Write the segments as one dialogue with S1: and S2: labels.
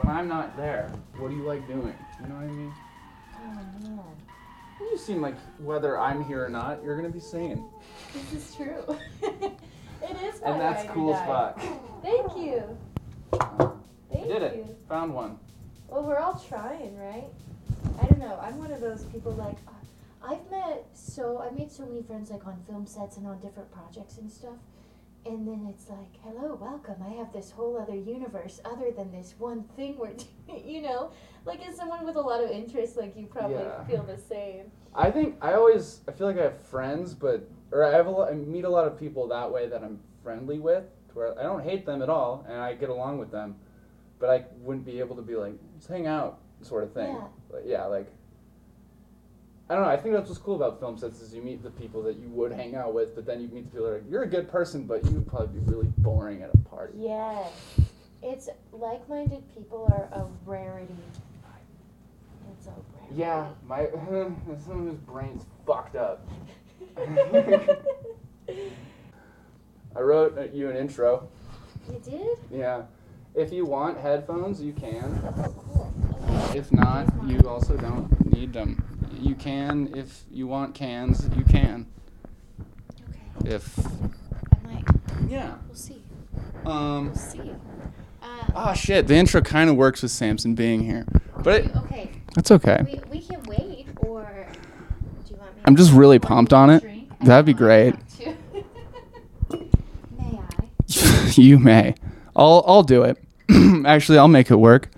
S1: when I'm not there, what do you like doing? You know what I mean?
S2: Oh, man.
S1: You seem like whether I'm here or not, you're gonna be singing,
S2: This is true. it is my
S1: and that's
S2: ride or
S1: cool as
S2: Oh, die.
S1: fuck.
S2: Thank you. Thank
S1: did
S2: you.
S1: it. Found one.
S2: Well, we're all trying, right? I don't know. I'm one of those people like uh, I've met so I've made so many friends like on film sets and on different projects and stuff. And then it's like, hello, welcome. I have this whole other universe other than this one thing we're doing, you know? Like, as someone with a lot of interest, like, you probably
S1: Yeah.
S2: feel the same.
S1: I think I always I feel like I have friends, but or I have a lot, I meet a lot of people that way that I'm friendly with, to where I don't hate them at all, and I get along with them, but I wouldn't be able to be like let's hang out sort of thing.
S2: Yeah.
S1: Like, yeah, like I don't know. I think that's what's cool about film sets is you meet the people that you would hang out with, but then you meet the people that are like, you're a good person, but you would probably be really boring at a party.
S2: Yes. It's like minded people are a rarity. It's a rarity.
S1: Yeah, my someone whose brain's fucked up.
S2: you
S1: I wrote uh, you an intro.
S2: did?
S1: Yeah. If you want headphones, you can.
S2: Oh, cool.
S1: If not, you also don't need them. You can if you want cans, you can.
S2: Okay.
S1: If
S2: I might.
S1: yeah.
S2: We'll see.
S1: Um
S2: We'll see. Uh,
S1: Ah shit, the intro kind of works with Samson being here. But
S2: you-
S1: it,
S2: okay,
S1: that's okay.
S2: we, we can wait, or do you want me?
S1: I'm just really
S2: to
S1: pumped on it.
S2: drink? I
S1: That'd be
S2: don't know, I
S1: great.
S2: have to. May I?
S1: you may. I'll I'll do it. Actually, I'll make it work.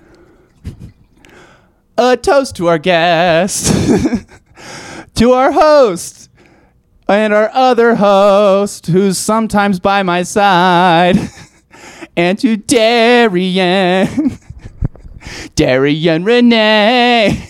S1: A toast to our guest, to our host, and our other host, who's sometimes by my side, and to Darian, Darian Renee.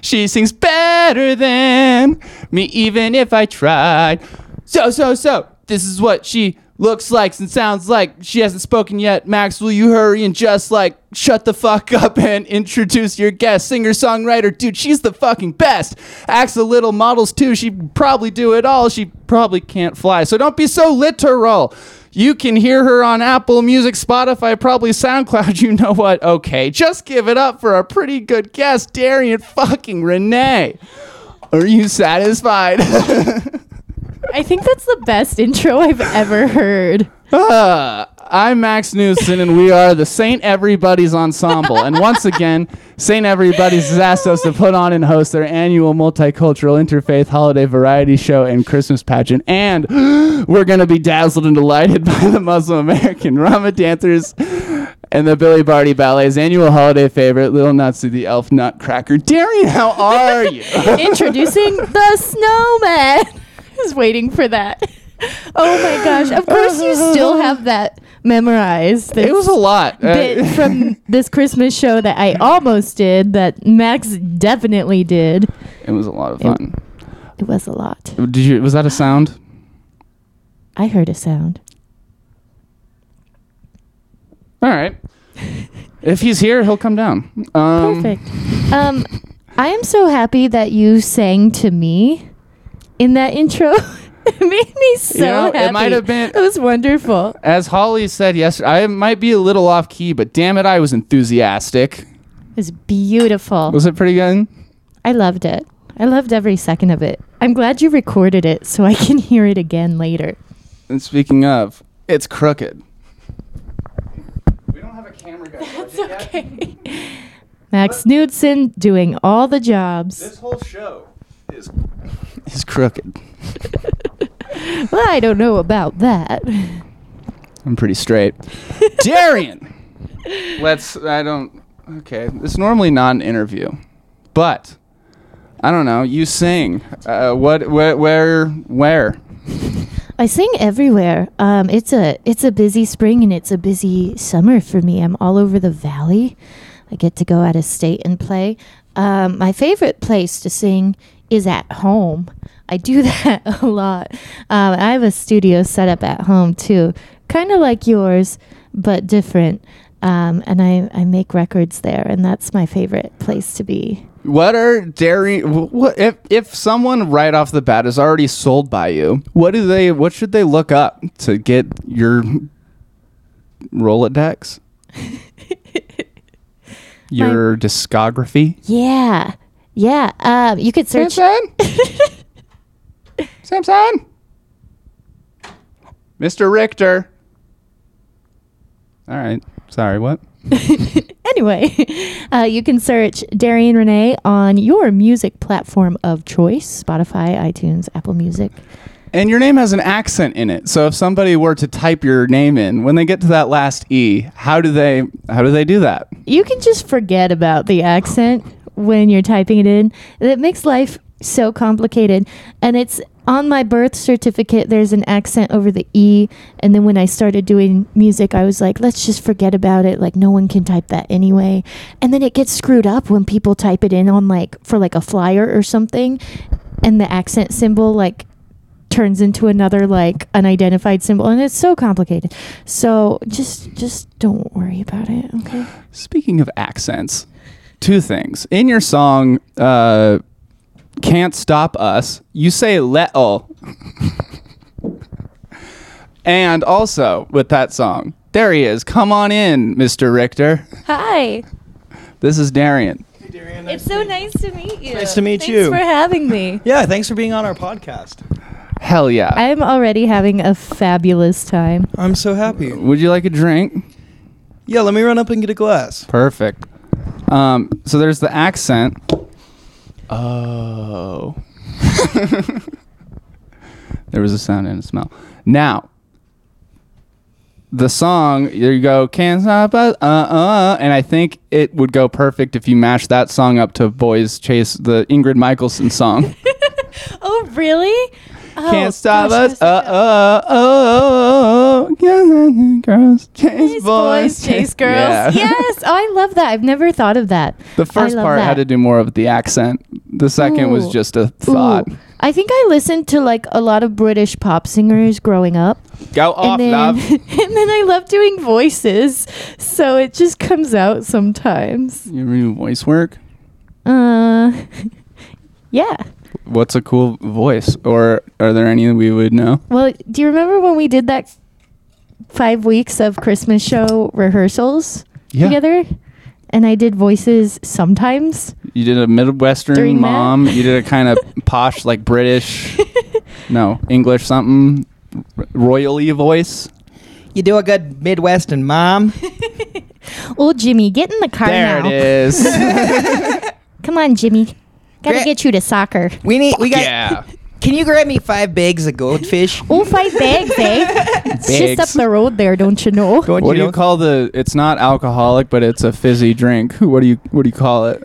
S1: She sings better than me, even if I tried. So, so, so, this is what she looks like and sounds like. She hasn't spoken yet. Max, will you hurry and just like shut the fuck up and introduce your guest, singer, songwriter? Dude, she's the fucking best. Acts a little, models too. She probably do it all. She probably can't fly. So don't be so literal. You can hear her on Apple Music, Spotify, probably SoundCloud. You know what? Okay, just give it up for our pretty good guest, Darian fucking Renee. Are you satisfied?
S3: I think that's the best intro I've ever heard.
S1: Ah, I'm Max Newson, and we are the Saint Everybody's Ensemble. And once again, Saint Everybody's has asked us to put on and host their annual multicultural interfaith holiday variety show and Christmas pageant. And we're going to be dazzled and delighted by the Muslim American Rama dancers and the Billy Barty Ballet's annual holiday favorite, Little Nazi the Elf Nutcracker. Darian, how are you?
S3: Introducing the snowman. I was waiting for that. Oh my gosh. Of course you still have that memorized.
S1: it was a lot. Uh,
S3: bit from this Christmas show that I almost did that Max definitely did.
S1: it was a lot of fun.
S3: It was a lot.
S1: Did you? Was that a sound?
S3: I heard a sound.
S1: All right. If he's here, he'll come down. Um,
S3: Perfect. Um, I am so happy that you sang to me in that intro. it made me so
S1: You know, it
S3: happy.
S1: might have been-
S3: It was wonderful.
S1: As Holly said yesterday, I might be a little off key, but damn it, I was enthusiastic.
S3: It was beautiful.
S1: Was it pretty good?
S3: I loved it. I loved every second of it. I'm glad you recorded it so I can hear it again later.
S1: And speaking of, it's crooked. We don't have a camera guy.
S3: That's okay. Max Knudsen doing all the jobs.
S1: whole show is is crooked.
S3: Well, I don't know about that.
S1: I'm pretty straight. Darian, let's. I don't. Okay, it's normally not an interview, but I don't know. You sing. Uh, what? Where? Where? Where?
S3: I sing everywhere. Um, it's a it's a busy spring and it's a busy summer for me. I'm all over the valley. I get to go out of state and play. Um, my favorite place to sing is at home. I do that a lot. Um, I have a studio set up at home too, kind of like yours, but different. Um, and I, I make records there, and that's my favorite place to be.
S1: What are dairy? wh- What if if someone right off the bat is already sold by you? What do they? What should they look up to get your Rolodex? your discography?
S3: Yeah. Yeah. Um, you could search.
S1: Samson? Mr. Richter. All right. Sorry, what?
S3: anyway, uh, you can search Darian Renee on your music platform of choice Spotify, iTunes, Apple Music.
S1: And your name has an accent in it. So if somebody were to type your name in, when they get to that last E, how do they how do they do that?
S3: You can just forget about the accent when you're typing it in. It makes life so complicated. And it's on my birth certificate, there's an accent over the E. And then when I started doing music, I was like, let's just forget about it. Like, no one can type that anyway. And then it gets screwed up when people type it in on like for like a flyer or something. And the accent symbol, like, turns into another like unidentified symbol and it's so complicated so just just don't worry about it okay
S1: Speaking of accents, two things. In your song, uh, Can't Stop Us, you say Let'll. and also with that song, there he is. Come on in, Mr. Richter.
S3: hi
S1: This is Darian.
S3: It's so nice to meet you.
S4: Nice to meet
S3: Thanks
S4: you.
S3: for having me.
S4: Yeah, thanks for being on our podcast.
S1: Hell yeah.
S3: I'm already having a fabulous time.
S4: I'm so happy.
S1: Would you like a drink?
S4: Yeah, let me run up and get a glass.
S1: Perfect. Um, so there's the accent. Oh. there was a sound and a smell. Now, the song, there you go, can't stop us, uh uh. And I think it would go perfect if you mash that song up to Boys Chase, the Ingrid Michaelson song.
S3: Oh, really? Oh,
S1: can't stop
S3: gosh,
S1: us, uh uh oh. Yeah, Girls, chase
S3: Chase boys, chase girls.
S1: Yeah.
S3: Yes. Oh, I love that. I've never thought of that.
S1: The first
S3: I love
S1: part
S3: that.
S1: had to do more of the accent. The second was
S3: Ooh.
S1: just a
S3: Ooh.
S1: thought.
S3: I think I listened to like a lot of British pop singers growing up.
S1: Go off,
S3: and then,
S1: love.
S3: and then I love doing voices. So it just comes out sometimes.
S1: You ever do voice work?
S3: Uh Yeah.
S1: What's a cool voice? Or are there any that we would know?
S3: Well, do you remember when we did that five weeks of Christmas show rehearsals
S1: Yeah.
S3: together? And I did voices sometimes.
S1: You did a Midwestern
S3: During that?
S1: mom. You did a kind of posh, like British, no, English something, r- royally voice.
S4: You do a good Midwestern mom.
S3: Oh, Jimmy, get in the car
S1: There
S3: now.
S1: it is.
S3: Come on, Jimmy. Gotta
S4: Gra-
S3: get you to soccer.
S4: We need. We got.
S1: yeah.
S4: Can you grab me five bags of goldfish?
S3: Oh, five bags, eh? It's just up
S1: Bags.
S3: the road there, don't you know?
S4: Don't
S1: What do
S4: you
S1: you
S4: know?
S1: call the? It's not alcoholic, but it's a fizzy drink. What do you What do you call it?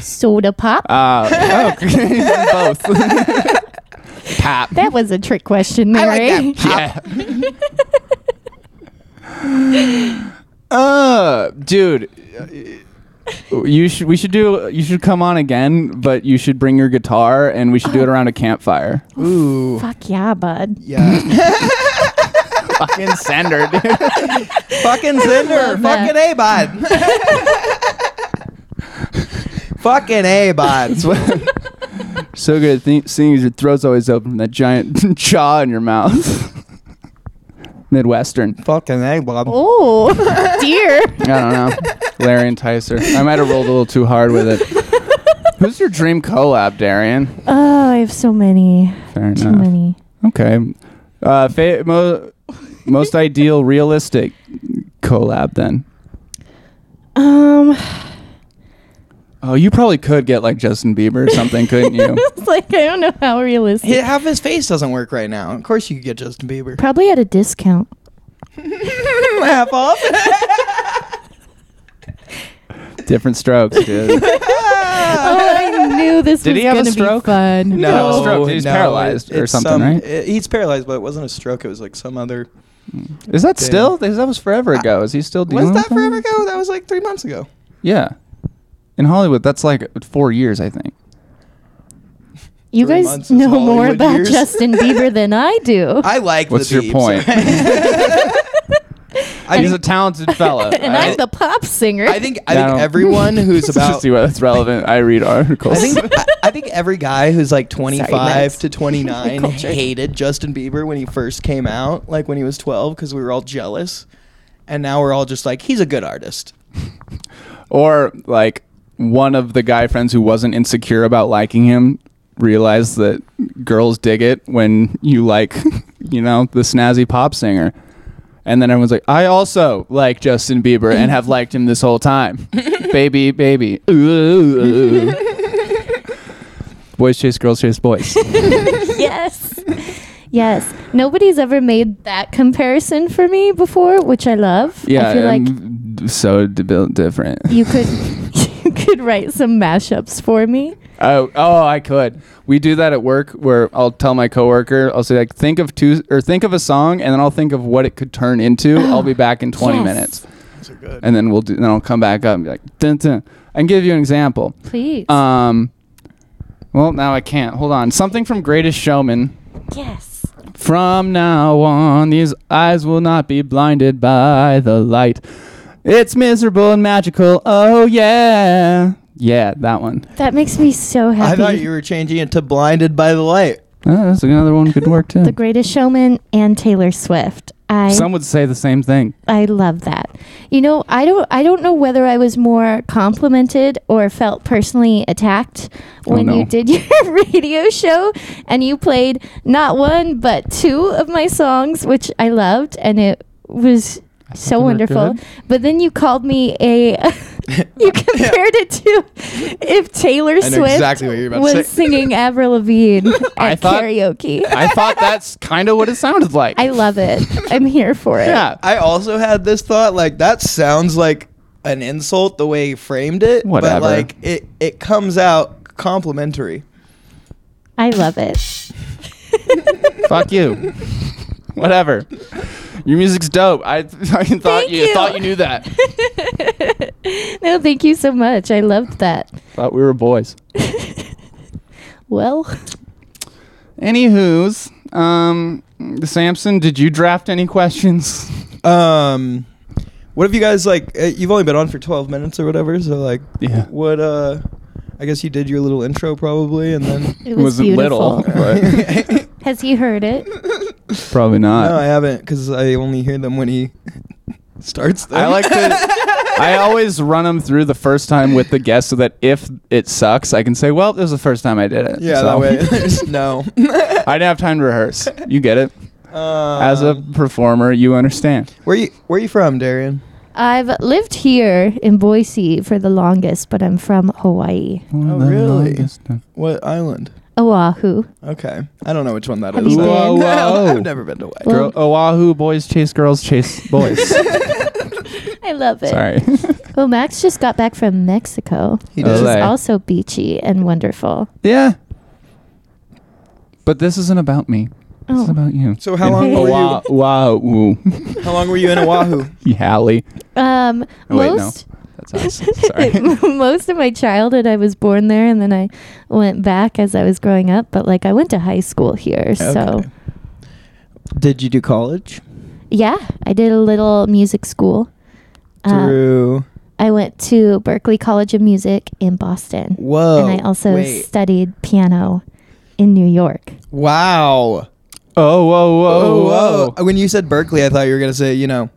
S3: Soda pop.
S1: Uh, oh, both. Pap.
S3: that was a trick question there,
S4: I
S3: eh?
S4: like that.
S1: Yeah. uh, dude, you should we should do you should come on again, but you should bring your guitar and we should do it around a campfire.
S4: Ooh.
S3: Fuck yeah, bud.
S4: Yeah.
S1: Fucking send her, dude.
S4: fucking Cinder.
S3: love that.
S4: Fucking A bod. fucking A bod.
S1: That's what- so good at th- seeing as your throat's always open from that giant jaw in your mouth. Midwestern.
S4: Fucking A bod.
S3: Oh, dear.
S1: I don't know. Larry and Ticer. I might have rolled a little too hard with it. Who's your dream collab, Darian?
S3: Oh, I have so many.
S1: Fair
S3: Too
S1: enough.
S3: many.
S1: Okay. Uh, fa- mo- most ideal, realistic collab then.
S3: Um,
S1: Oh, you probably could get like Justin Bieber or something, couldn't you?
S3: it's like I don't know how realistic.
S4: Half his face doesn't work right now. Of course you could get Justin Bieber.
S3: Probably at a discount.
S4: Half off.
S1: Different strokes, dude.
S3: Oh, I knew this
S1: Did
S3: was
S1: he have a
S3: gonna
S1: stroke?
S3: be fun.
S1: No. No. stroke. He's paralyzed
S4: it-
S1: or
S4: it's
S1: something,
S4: some-
S1: right?
S4: it- he's paralyzed, but it wasn't a stroke. It was like some other.
S1: Is that
S4: Damn.
S1: still? That was forever ago. Is he still doing
S4: Was that forever ago? That was like three months ago.
S1: Yeah. In Hollywood, that's like four years, I think.
S3: You
S4: Three
S3: guys
S4: months is
S3: know more
S4: Hollywood
S3: about
S4: years.
S3: Justin Bieber than I do.
S4: I like.
S1: What's
S4: the
S1: your
S4: Biebs,
S1: point?
S4: I
S1: He's a
S4: think-
S1: talented fella.
S3: and
S1: I-
S3: I'm the pop singer.
S4: I think. I
S1: I don't-
S4: think everyone who's
S1: to
S4: about.
S1: see whether it's relevant, I read articles.
S4: I think. I, I think every guy who's like 25
S3: Max.
S4: to 29
S3: Culture.
S4: hated Justin Bieber when he first came out, like when he was 12, because we were all jealous, and now we're all just like, he's a good artist.
S1: Or like one of the guy friends who wasn't insecure about liking him realized that girls dig it when you like, you know, the snazzy pop singer. And then everyone's like, I also like Justin Bieber and have liked him this whole time. baby, baby. Ooh. boys chase girls chase boys.
S3: yes. Yes. Nobody's ever made that comparison for me before, which I love.
S1: Yeah,
S3: I feel like
S1: I'm so debil- different.
S3: you could you could write some mashups for me.
S1: Oh, oh, I could. We do that at work where I'll tell my coworker, I'll say like, think of two or think of a song, and then I'll think of what it could turn into. I'll be back in twenty
S3: Yes.
S1: minutes, and then we'll do. Then I'll come back up and be like, dun, dun. I can give you an example.
S3: Please.
S1: Um, well, now I can't. Hold on. Something from Greatest Showman.
S3: yes.
S1: From now on, these eyes will not be blinded by the light. It's miserable and magical. Oh yeah, yeah, that one.
S3: That makes me so happy.
S4: I thought you were changing it to blinded by the light.
S1: Oh, that's another one could work too.
S3: the Greatest Showman and Taylor Swift. I
S1: Some would say the same thing.
S3: I love that. You know, I don't I don't know whether I was more complimented or felt personally attacked when
S1: Oh, no.
S3: you did your radio show and you played not one but two of my songs which I loved and it was
S1: they
S3: so
S1: were
S3: wonderful.
S1: good.
S3: But then you called me a you compared it to if Taylor
S4: I know
S3: Swift
S4: exactly what you're about to
S3: was
S4: say.
S3: singing Avril Lavigne at
S1: I thought-
S3: karaoke.
S1: I thought that's kind of what it sounded like.
S3: I love it. I'm here for it.
S1: yeah.
S4: I also had this thought like that sounds like an insult the way he framed it,
S1: Whatever.
S4: but like it it comes out complimentary.
S3: I love it.
S1: Fuck you. Whatever. Your music's dope. I, I thought you,
S3: you.
S1: thought you knew that.
S3: No, thank you so much. I loved that.
S1: thought we were boys.
S3: Well,
S1: Anywho's, um, Samson, did you draft any questions?
S4: Um, what have you guys like? uh, You've only been on for twelve minutes or whatever, so like,
S1: Yeah.
S4: What? Uh, I guess you did your little intro probably, and then.
S3: it was
S1: Wasn't
S3: beautiful.
S1: little, but
S3: Has he heard it?
S1: probably not.
S4: no, I haven't because I only hear them when he starts. Them.
S1: I like to. I always run them through the first time with the guest, so that if it sucks, I can say, "Well, it was the first time I did it."
S4: Yeah,
S1: so.
S4: that way. there's no.
S1: I didn't have time to rehearse. You get it. As a
S4: Um,
S1: performer, you understand.
S4: where you where you from, Darian?
S3: I've lived here in Boise for the longest, but I'm from Hawaii.
S1: Oh,
S4: really? What island?
S3: Oahu.
S4: Okay, I don't know which one that is.
S3: Have you been?
S1: Whoa, whoa.
S4: I've never been to Hawaii.
S3: Well-
S1: Girl, Oahu boys chase girls chase boys.
S3: I love it.
S1: Sorry.
S3: Well, Max just got back from Mexico,
S4: He
S3: which
S4: did.
S3: is
S1: Okay.
S3: also beachy and wonderful.
S1: yeah. But this isn't about me. This is
S3: Oh.
S1: about you.
S4: So how
S1: In
S4: long were you-
S1: Oahu.
S4: How long were you in Oahu?
S1: you Hallie.
S3: Um,
S1: Oh, wait, no.
S3: most
S1: That's us. Sorry.
S3: most of my childhood, I was born there, and then I went back as I was growing up. But like, I went to high school here, so
S4: Okay. Did you do college?
S3: Yeah, I did a little music school. Uh,
S4: Through
S3: I went to Berkeley College of Music in Boston.
S4: whoa.
S3: and I also
S4: wait.
S3: studied piano in New York.
S4: wow. Uh,
S1: Oh, whoa, whoa, whoa.
S4: When you said Berkeley, I thought you were gonna say you know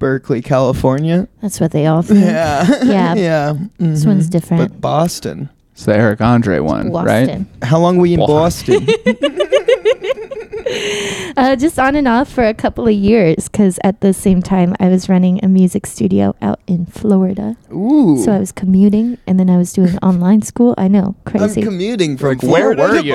S4: Berkeley, California.
S3: That's what they all think.
S4: Yeah.
S3: Mm-hmm. Yeah.
S4: yeah.
S3: This one's
S4: Mhm.
S3: different.
S4: But Boston.
S1: It's the Eric Andre one, right?
S3: Boston.
S4: How long were you in
S1: Boston.
S4: Boston?
S3: Uh, just on and off for a couple of years because at the same time I was running a music studio out in Florida.
S4: Ooh.
S3: So I was commuting and then I was doing online school. I know, crazy.
S4: I'm commuting from
S1: Like, where
S4: Florida
S1: were
S4: to
S1: you?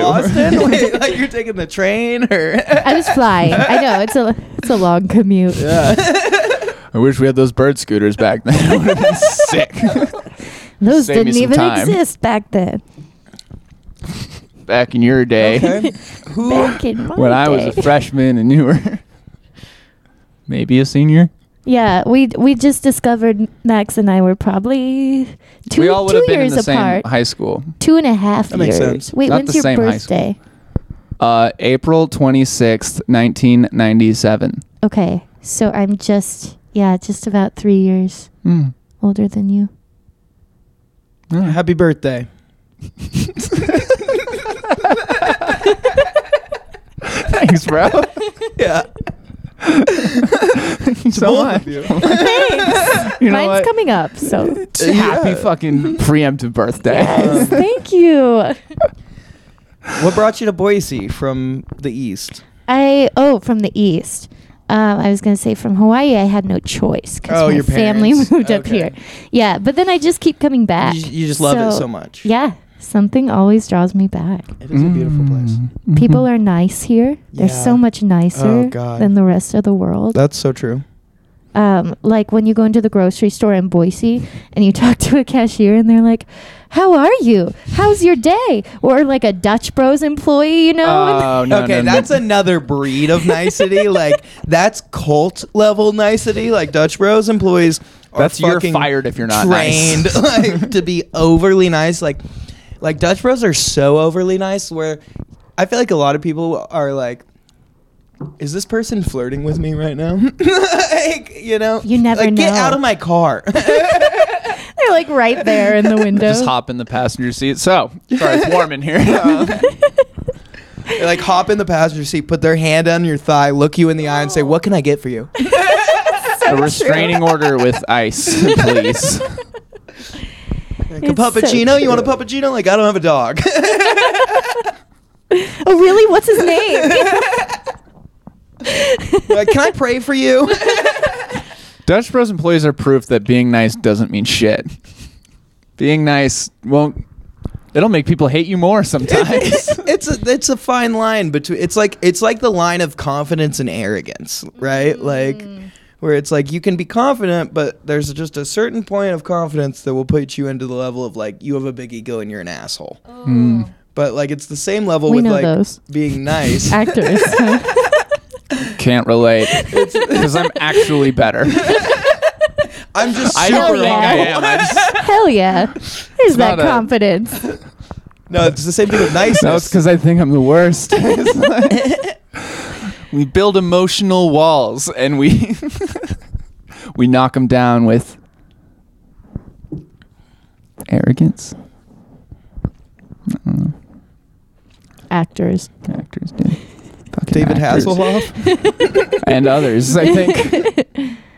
S4: Boston. Wait, like you're taking the train or?
S3: I was flying. I know it's a it's a long commute.
S1: I wish we had those bird scooters back then. It would have been sick.
S3: Those
S1: Save me
S3: didn't
S1: some
S3: even
S1: time.
S3: exist back then.
S1: back in your day
S4: Okay. Who?
S3: Back in my
S1: when I was
S3: day.
S1: a freshman and you were maybe a senior.
S3: Yeah, we we just discovered Max and I were probably two
S1: we all would
S3: two
S1: have been in
S3: years
S1: the same
S3: apart,
S1: high school.
S3: two and a half
S4: That makes
S3: years.
S4: sense.
S3: Wait,
S1: Not
S3: when's
S1: the
S3: your
S1: same high school.
S3: birthday?
S1: Uh, April 26th, 1997.
S3: Okay, so I'm just yeah, just about three years
S1: Hmm.
S3: older than you.
S1: Yeah.
S4: Mm, Happy birthday.
S1: Thanks, bro.
S4: Yeah.
S1: you so
S4: both
S1: much.
S4: of you.
S3: Thanks.
S1: You know
S3: Mine's
S1: what?
S3: coming up, so
S1: T- Happy
S4: Yeah.
S1: fucking preemptive birthday.
S3: yes, thank you.
S4: What brought you to Boise from the east?
S3: I oh from the east. Um, I was gonna say from Hawaii. I had no choice because
S4: Oh,
S3: my
S4: your
S3: family
S4: parents.
S3: moved up
S4: Okay.
S3: here. Yeah, but then I just keep coming back.
S4: You, you just love it so much.
S3: Yeah, something always draws me back.
S4: It is a beautiful place.
S1: Mm.
S3: People
S1: Mhm.
S3: are nice here. They're so
S4: Yeah.
S3: much nicer
S4: Oh, God.
S3: than the rest of the world.
S4: That's so true.
S3: um, like when you go into the grocery store in Boise and you talk to a cashier and they're like, "How are you? How's your day?" Or like a Dutch Bros employee, you know?
S1: Oh, no,
S4: okay,
S1: no, no.
S4: that's another breed of nicety. like that's cult level nicety. Like Dutch Bros employees are
S1: That's you're
S4: fucking
S1: fired if you're not
S4: trained
S1: nice.
S4: like, to be overly nice. Like like Dutch Bros are so overly nice where I feel like a lot of people are like. Is this person flirting with me right now? like, you know,
S3: You never
S4: like, Get
S3: know.
S4: out of my car.
S3: they're like right there in the window.
S1: Just hop in the passenger seat. So, sorry, it's warm in here.
S4: They, like hop in the passenger seat, put their hand on your thigh, look you in the eye, and say, "What can I get for you?"
S1: a restraining order with ice, please.
S4: Like, a
S3: It's so
S4: puppuccino? you want a puppuccino? Like I don't have a dog.
S3: Oh, really? What's his name?
S4: like, can I pray for you?
S1: Dutch Bros employees are proof that being nice doesn't mean shit. Being nice won't. It'll make people hate you more sometimes.
S4: it's a it's a fine line between it's like it's like the line of confidence and arrogance,
S3: Mm.
S4: right? Like where it's like you can be confident, but there's just a certain point of confidence that will put you into the level of like you have a big ego and you're an asshole.
S1: Hmm.
S3: Oh.
S4: But like it's the same level
S3: We
S4: with
S3: know
S4: like
S3: those.
S4: being nice.
S3: Actors. huh?
S1: Can't relate because I'm actually better.
S4: I'm just
S1: I
S4: super
S1: don't think I
S4: humble.
S1: am. I'm just,
S3: Hell yeah. There's that
S1: not a-
S3: confidence.
S4: No, it's the same thing with niceness.
S1: no, it's because I think I'm the worst. It's like- we build emotional walls and we we knock them down with arrogance. I don't know.
S3: Actors.
S1: actors do. Fucking
S4: David
S1: actors.
S4: Hasselhoff.
S1: and others. I think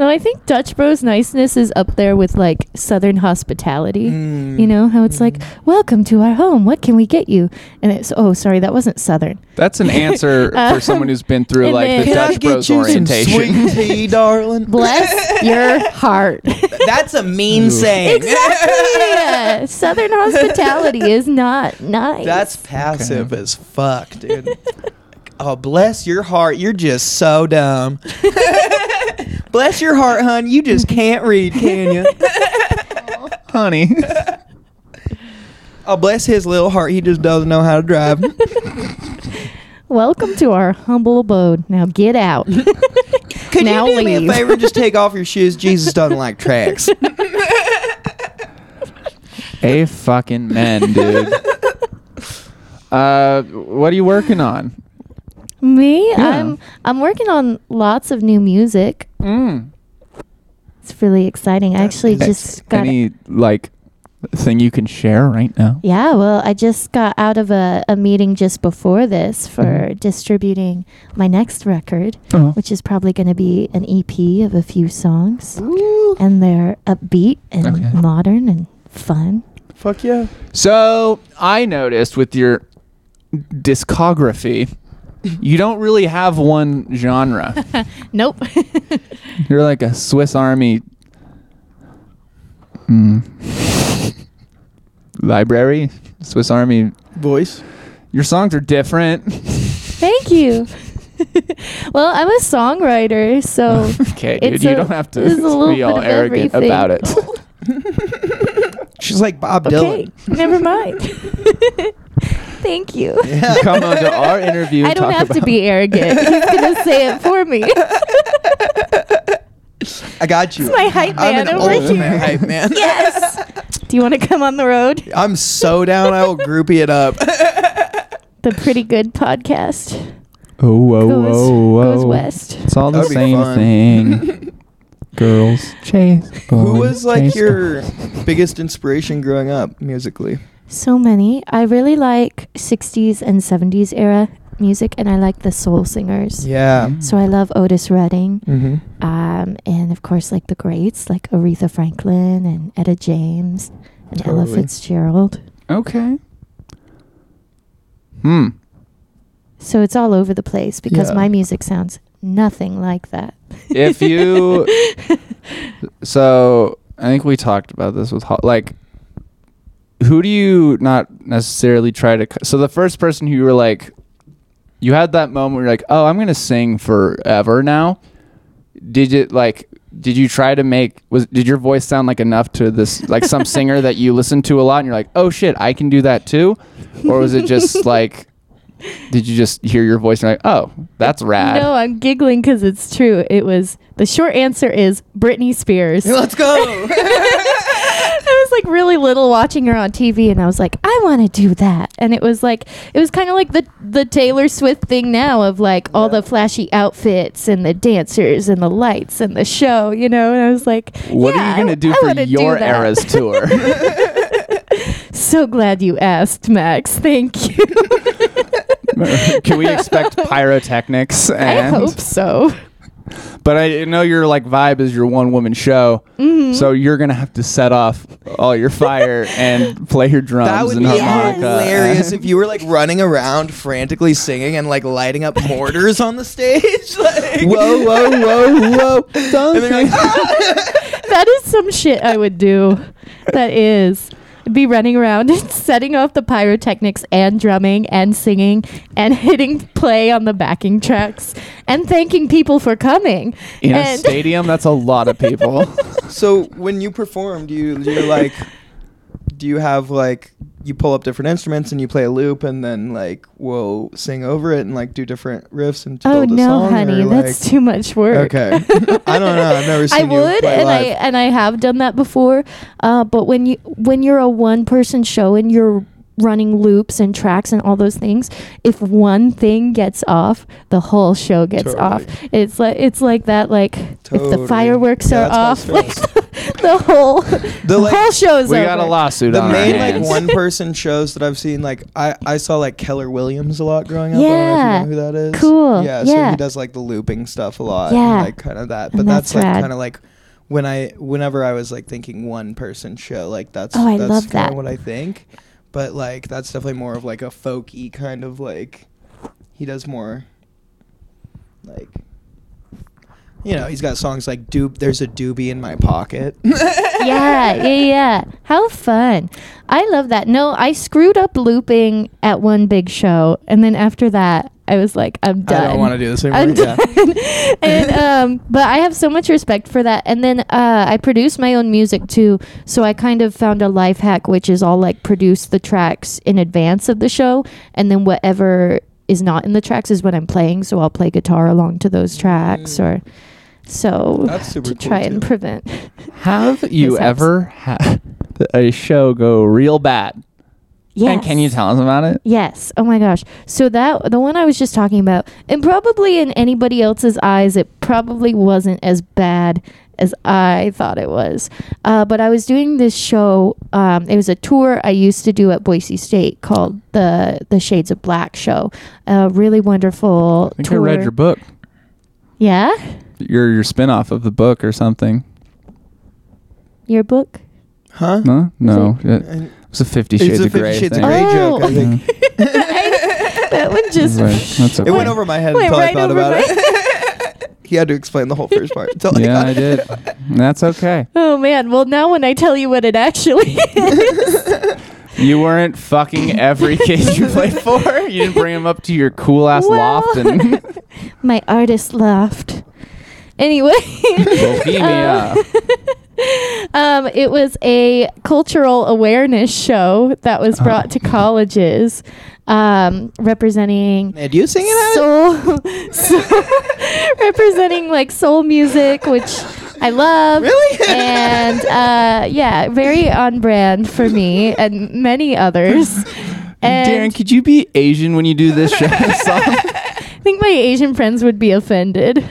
S3: No, I think Dutch Bros niceness is up there with like Southern hospitality.
S4: Mm.
S3: You know how it's like, "Welcome to our home. What can we get you?" And it's oh, sorry, that wasn't Southern.
S1: that's an answer for
S3: Um,
S1: someone who's been through
S3: and
S1: like the
S3: then-
S4: Can I
S1: Dutch
S4: get
S1: Bros
S4: you some
S1: orientation.
S4: sweet tea, darling?
S3: Bless your heart.
S4: That's a mean
S1: Ooh.
S4: saying.
S3: exactly. Southern hospitality is not nice.
S4: That's passive as fuck, dude. oh, bless your heart. You're just so dumb. bless your heart, hun. You just can't read, can you?
S1: Honey,
S4: Oh, bless his little heart. He just doesn't know how to drive.
S3: Welcome to our humble abode. Now get out.
S4: Could
S3: Now
S4: you do me
S3: leave.
S4: a favor? Just take off your shoes. Jesus doesn't like tracks.
S1: a fucking men, dude. Uh, what are you working on?
S3: Me,
S1: Yeah.
S3: I'm I'm working on lots of new music.
S1: Mm.
S3: It's really exciting. I actually
S4: is
S3: just got
S1: Any like thing you can share right now?
S3: Yeah, well, I just got out of a, a meeting just before this for
S1: Mhm.
S3: distributing my next record,
S1: Oh.
S3: which is probably going to be an EP of a few songs. And they're upbeat and
S1: Okay.
S3: modern and fun.
S4: Fuck yeah.
S1: So I noticed with your discography, you don't really have one genre.
S3: Nope.
S1: You're like a Swiss Army mm, library, Swiss Army.
S4: Voice.
S1: Your songs are different.
S3: Thank you. well, I'm a songwriter, so
S1: okay, dude,
S3: It's
S1: you
S3: a-
S1: don't have to
S3: it's a little
S1: be all
S3: bit of
S1: arrogant
S3: everything.
S1: about it.
S4: She's like Bob
S3: okay,
S4: Dylan.
S3: never mind. Thank you.
S4: Yeah.
S1: Come on to our interview.
S3: I
S1: and
S3: don't
S1: talk
S3: have to
S1: about-
S3: be arrogant. He's going to say it for me.
S4: I got you.
S3: It's my hype
S4: I'm
S3: man
S4: an
S3: over
S4: ultimate
S3: here.
S4: hype man.
S3: Yes. Do you want to come on the road?
S4: I'm so down. I will groupie it up.
S3: The Pretty Good podcast
S1: Oh, whoa,
S3: goes,
S1: whoa, whoa.
S3: goes west.
S1: It's all the
S4: That'd be
S1: same
S4: fun.
S1: thing. Girls, chase.
S4: Who
S1: boys,
S4: was like
S1: chase
S4: your
S1: girls.
S4: biggest inspiration growing up musically?
S3: So many. I really like 60s and 70s era pop music, and I like the soul singers.
S4: Yeah.
S3: So I love Otis Redding,
S4: Mm-hmm.
S3: um, and of course, like the greats like Aretha Franklin and Etta James and Ella
S4: Totally.
S3: Fitzgerald.
S1: Okay. Hmm.
S3: So it's all over the place because
S4: Yeah.
S3: my music sounds nothing like that.
S1: If you- So I think we talked about this with Ho- like, who do you not necessarily try to? c- So the first person who you were like, you had that moment where you're like, oh, I'm gonna sing forever now. Did it like? Did you try to make was did your voice sound like enough to this like some singer that you listen to a lot and you're like, "Oh shit, I can do that too?" Or was it just like did you just hear your voice and you're like, "Oh, that's rad."
S3: No, I'm giggling because it's true. It was the short answer is Britney Spears.
S4: Let's go.
S3: I was like really little watching her on TV, and I was like, I want to do that. And it was like, it was kind of like the the Taylor Swift thing now of like all the flashy outfits and the dancers and the lights and the show, you know. And I was like,
S1: What
S3: yeah,
S1: are you going
S3: I-
S1: to do
S3: I
S1: for
S3: wanna do
S1: your
S3: that.
S1: Eras tour?
S3: So glad you asked, Max. Thank you.
S1: Can we expect pyrotechnics?
S3: I
S1: And,
S3: hope so.
S1: But I know your like vibe is your one woman show, so you're gonna have to set off all your fire and play your drums
S4: That would be
S1: and harmonica.
S4: hilarious if you were like running around frantically singing and like lighting up mortars on the stage. like,
S1: whoa, whoa, whoa, whoa! Don't
S4: And they're
S1: think-
S4: like, "Ah!"
S3: that is some shit I would do. That is. I'd Be running around and setting off the pyrotechnics and drumming and singing and hitting play on the backing tracks and thanking people for coming.
S1: in a
S3: and
S1: stadium, that's a lot of people.
S4: So when you perform, do you do you like do you have like you pull up different instruments and you play a loop and then like we'll sing over it and like do different riffs and
S3: oh
S4: build a
S3: no,
S4: song,
S3: honey,
S4: or,
S3: that's
S4: like-
S3: too much work.
S4: okay. I don't know. I've never
S3: I
S4: seen you
S3: would,
S4: play
S3: and I
S4: live.
S3: and I have done that before. Uh, but when you when you're a one person show and you're running loops and tracks and all those things, if one thing gets off, the whole show gets
S4: Totally.
S3: off. It's like it's like that. Like if the
S4: Totally.
S3: fireworks
S4: Yeah,
S3: are
S4: that's
S3: off,
S4: my
S3: like the whole the
S4: like-
S3: whole show's
S1: we
S3: over.
S1: got a lawsuit
S4: the
S1: on
S4: main
S1: our
S4: like
S1: hands.
S4: one person shows that I've seen like I, I saw like Keller Williams a lot growing up.
S3: Yeah.
S4: I don't know if you know who that is.
S3: Cool.
S4: Yeah, so
S3: Yeah.
S4: he does like the looping stuff a lot. and,
S3: Yeah.
S4: like kind of that. But
S3: And
S4: that's,
S3: that's
S4: like
S3: rad.
S4: kind of like when I whenever I was like thinking one person show like that's
S3: Oh, I
S4: that's
S3: love
S4: kinda
S3: that.
S4: what I think. But like that's definitely more of like a folky kind of like he does more like you know, he's got songs like Doob there's a doobie in my pocket.
S3: yeah, yeah, yeah. How fun. I love that. No, I screwed up looping at one big show. And then after that, I was like, I'm done.
S4: I don't want to do this anymore.
S3: I'm
S4: yeah.
S3: done. and um, but I have so much respect for that. And then uh, I produce my own music too, so I kind of found a life hack, which is I'll like produce the tracks in advance of the show, and then whatever is not in the tracks is what I'm playing. So I'll play guitar along to those tracks, or so
S4: Mm. That's super
S3: to
S4: cool,
S3: try
S4: too.
S3: and prevent.
S1: Have you
S3: mishaps.
S1: ever had a show go real bad?
S3: Yes.
S1: And can you tell us about it?
S3: Yes. Oh my gosh. So that the one I was just talking about, and probably in anybody else's eyes, it probably wasn't as bad as I thought it was. Uh, but I was doing this show. Um, it was a tour I used to do at Boise State called the the Shades of Black show. A really wonderful
S1: I think
S3: tour.
S1: I read your book,
S3: Yeah,
S1: your your spinoff of the book or something.
S3: your book.
S4: Huh?
S1: Huh? No, it
S4: And-
S1: was a Fifty
S4: It's
S1: Shades
S4: a
S1: of
S4: Fifty
S1: Grey
S4: Shades of
S1: thing.
S4: Grey joke,
S3: Oh.
S4: I think.
S3: That one just
S1: Right, that's
S4: It
S1: okay.
S4: went over my head
S3: Went
S4: until I
S3: right
S4: thought
S3: over
S4: about
S3: my-
S4: it. he had to explain the whole first part. Until I
S1: yeah,
S4: got
S1: I
S4: it.
S1: did. That's okay.
S3: Oh man. Well, now when I tell you what it actually
S1: You weren't fucking every case you played for. You didn't bring him up to your cool ass
S3: Well-
S1: loft and
S3: my artist laughed. Anyway,
S1: Bohemia.
S3: um, it was a cultural awareness show that
S4: Uh-huh.
S3: was brought to colleges, um, representing
S4: Did you sing it out?
S3: soul, soul- representing like soul music, which I love.
S4: Really?
S3: And uh, yeah, very on brand for me and many others.
S1: Darren,
S3: And
S1: could you be Asian when you do this show song?
S3: I think my Asian friends would be offended.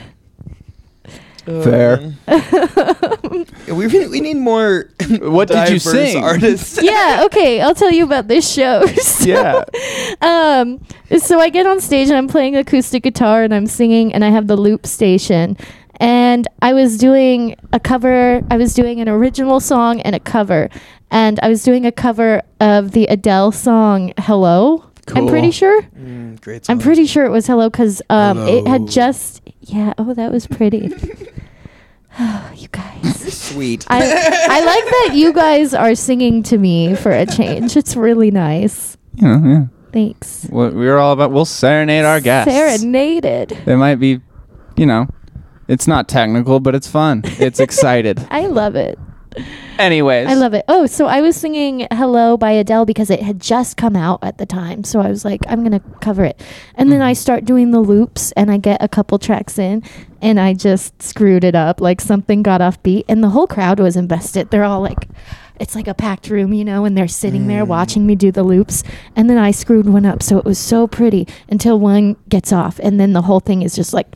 S1: Fair.
S4: Uh, we, re- we need more.
S1: What did you
S4: diverse
S1: sing?
S4: Artists.
S3: yeah, okay, I'll tell you about this show. So,
S1: Yeah.
S3: Um, so I get on stage and I'm playing acoustic guitar and I'm singing and I have the loop station. And I was doing a cover, I was doing an original song and a cover. And I was doing a cover of the Adele song Hello. I'm
S1: Cool.
S3: pretty sure.
S4: Mm, great.
S3: I'm
S4: song.
S3: pretty sure it was Hello because um, it
S4: Hello.
S3: had just, yeah, oh, that was pretty. oh, you guys.
S4: sweet.
S3: I, I like that you guys are singing to me for a change. It's really nice.
S1: You know, yeah.
S3: Thanks.
S1: What we're all about. We'll serenade our guests.
S3: Serenaded.
S1: It might be, you know, it's not technical, but it's fun. It's excited.
S3: I love it.
S1: Anyways,
S3: I love it. Oh, so I was singing Hello by Adele because it had just come out at the time. So I was like, I'm going to cover it. And then I
S1: Mm-hmm.
S3: start doing the loops and I get a couple tracks in and I just screwed it up. Like something got off beat and the whole crowd was invested. They're all like, it's like a packed room, you know, and they're sitting
S1: Mm.
S3: there watching me do the loops. And then I screwed one up. So it was so pretty until one gets off. And then the whole thing is just like,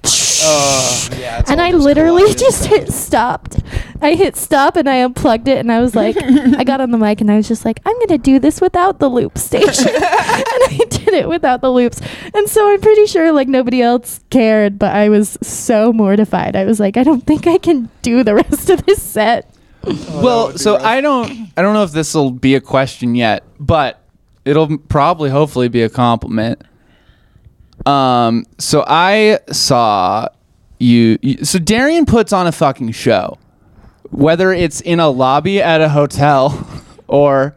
S4: Oh, yeah, it's
S3: and
S4: all
S3: I
S4: just
S3: literally
S4: collided.
S3: just hit stopped. I hit stop and I unplugged it and I was like, I got on the mic and I was just like, I'm gonna do this without the loop station, and I did it without the loops. And so I'm pretty sure like nobody else cared, but I was so mortified. I was like, I don't think I can do the rest of this set.
S4: Oh, that
S1: well
S4: would be
S1: so
S4: rough.
S1: i don't i don't know if this will be a question yet but it'll m- probably hopefully be a compliment um so i saw you, you so darian puts on a fucking show whether it's in a lobby at a hotel or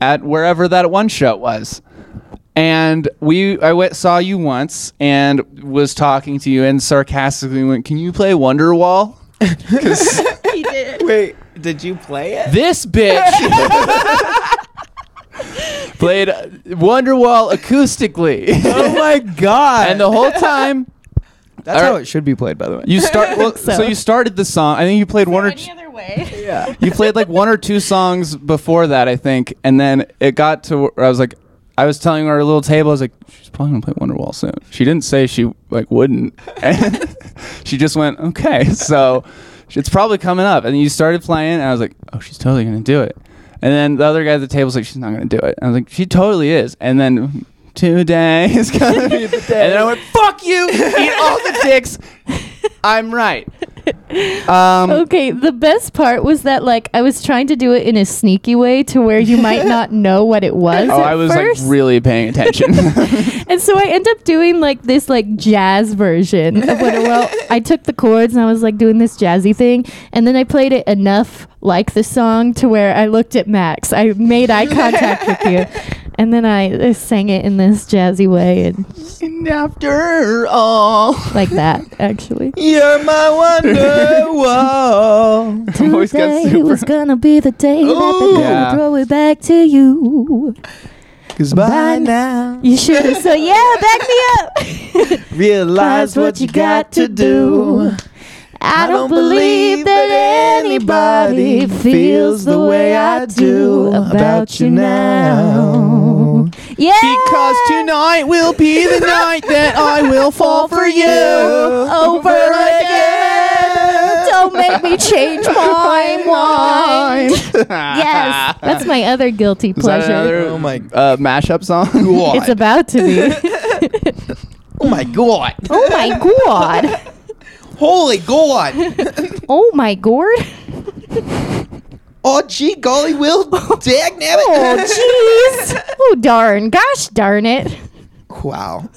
S1: at wherever that one show was and we i went, saw you once and was talking to you and sarcastically went can you play wonderwall
S4: Wait, did you play it?
S1: This bitch played Wonderwall acoustically,
S4: Oh my god!
S1: and the whole time
S4: that's
S1: All
S4: how
S1: right.
S4: it should be played, by the way.
S1: you start. Well, so.
S3: so.
S1: you started the song. I think you played one or t-
S5: other way?
S4: yeah.
S1: you played like one or two songs before that, I think, and then it got to where I was like. I was telling her at a little table. I was like, "She's probably gonna play Wonderwall soon." She didn't say she like wouldn't. And she just went, "Okay, so it's probably coming up." And you started playing, and I was like, "Oh, she's totally gonna do it." And then the other guy at the table was like, "She's not gonna do it." And I was like, "She totally is." And then today is gonna be the day. And then I went, "Fuck you! Eat all the dicks." I'm right. Um,
S3: Okay, the best part was that like I was trying to do it in a sneaky way to where you might not know what it was.
S1: Oh,
S3: at
S1: I was
S3: first.
S1: like really paying attention.
S3: And so I end up doing like this like jazz version of Wonderwall. I took the chords and I was like doing this jazzy thing, and then I played it enough like the song to where I looked at Max. I made eye contact with you, and then I uh, sang it in this jazzy way and
S1: and after all,
S3: like that. Actually,
S4: You're my wonder wall.
S1: voice got
S3: today
S1: super-
S3: was gonna be the day that they're
S4: Ooh.
S3: gonna
S1: Yeah.
S3: throw it back to you.
S4: Cause by
S3: Bye.
S4: now,
S3: You should have said, "Yeah, back me up."
S4: realize
S3: That's
S4: what you got to do.
S3: I don't believe that anybody feels the way I do about you now. Yeah,
S1: Because tonight will be the night that I will fall for you
S3: Over again. don't make me change my mind. Yes, that's my other guilty
S1: Is that
S3: pleasure.
S1: another
S4: Oh my-
S1: uh, mashup song?
S3: It's about to be.
S4: Oh my god!
S3: oh my god!
S4: Holy god!
S3: Oh my god!
S4: Oh gee, golly, will dag
S3: Oh
S4: nabbit!
S3: jeez! Oh darn! Gosh darn it!
S4: Wow.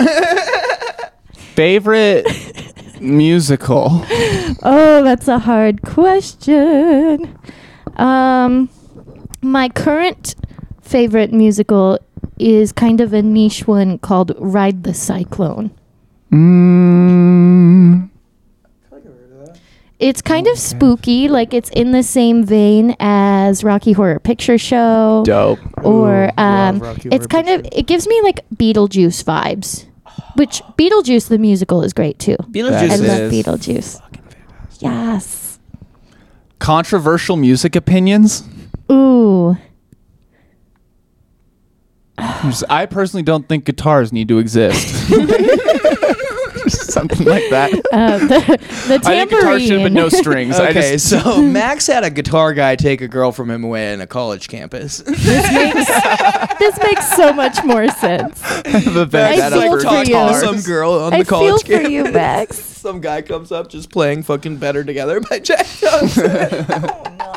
S1: Favorite musical?
S3: Oh, that's a hard question. Um, my current favorite musical is kind of a niche one called Ride the Cyclone.
S1: Mm,
S3: It's kind of spooky, like it's in the same vein as Rocky Horror Picture Show.
S1: dope.
S3: Or
S4: Ooh,
S3: um,
S4: love Rocky
S3: it's
S4: Horror
S3: kind of
S4: Picture
S3: it gives me like Beetlejuice vibes, which Beetlejuice the musical is great too. I
S1: Beetlejuice
S3: love
S1: is-
S3: Beetlejuice. Yes.
S1: Controversial music opinions?
S3: Ooh.
S1: I personally don't think guitars need to exist. something like that.
S3: Uh, the, the tambourine.
S1: I think guitar should have been no strings. I
S4: Okay,
S1: just-
S4: so Max had a guitar guy take a girl from him away in a college campus.
S3: this makes so much more sense.
S1: the best
S3: I feel for
S1: guitars.
S3: you.
S4: some girl on
S3: I
S4: the college
S3: feel for
S4: campus.
S3: you, Max.
S4: some guy comes up just playing fucking Better Together by Jack Johnson. Oh,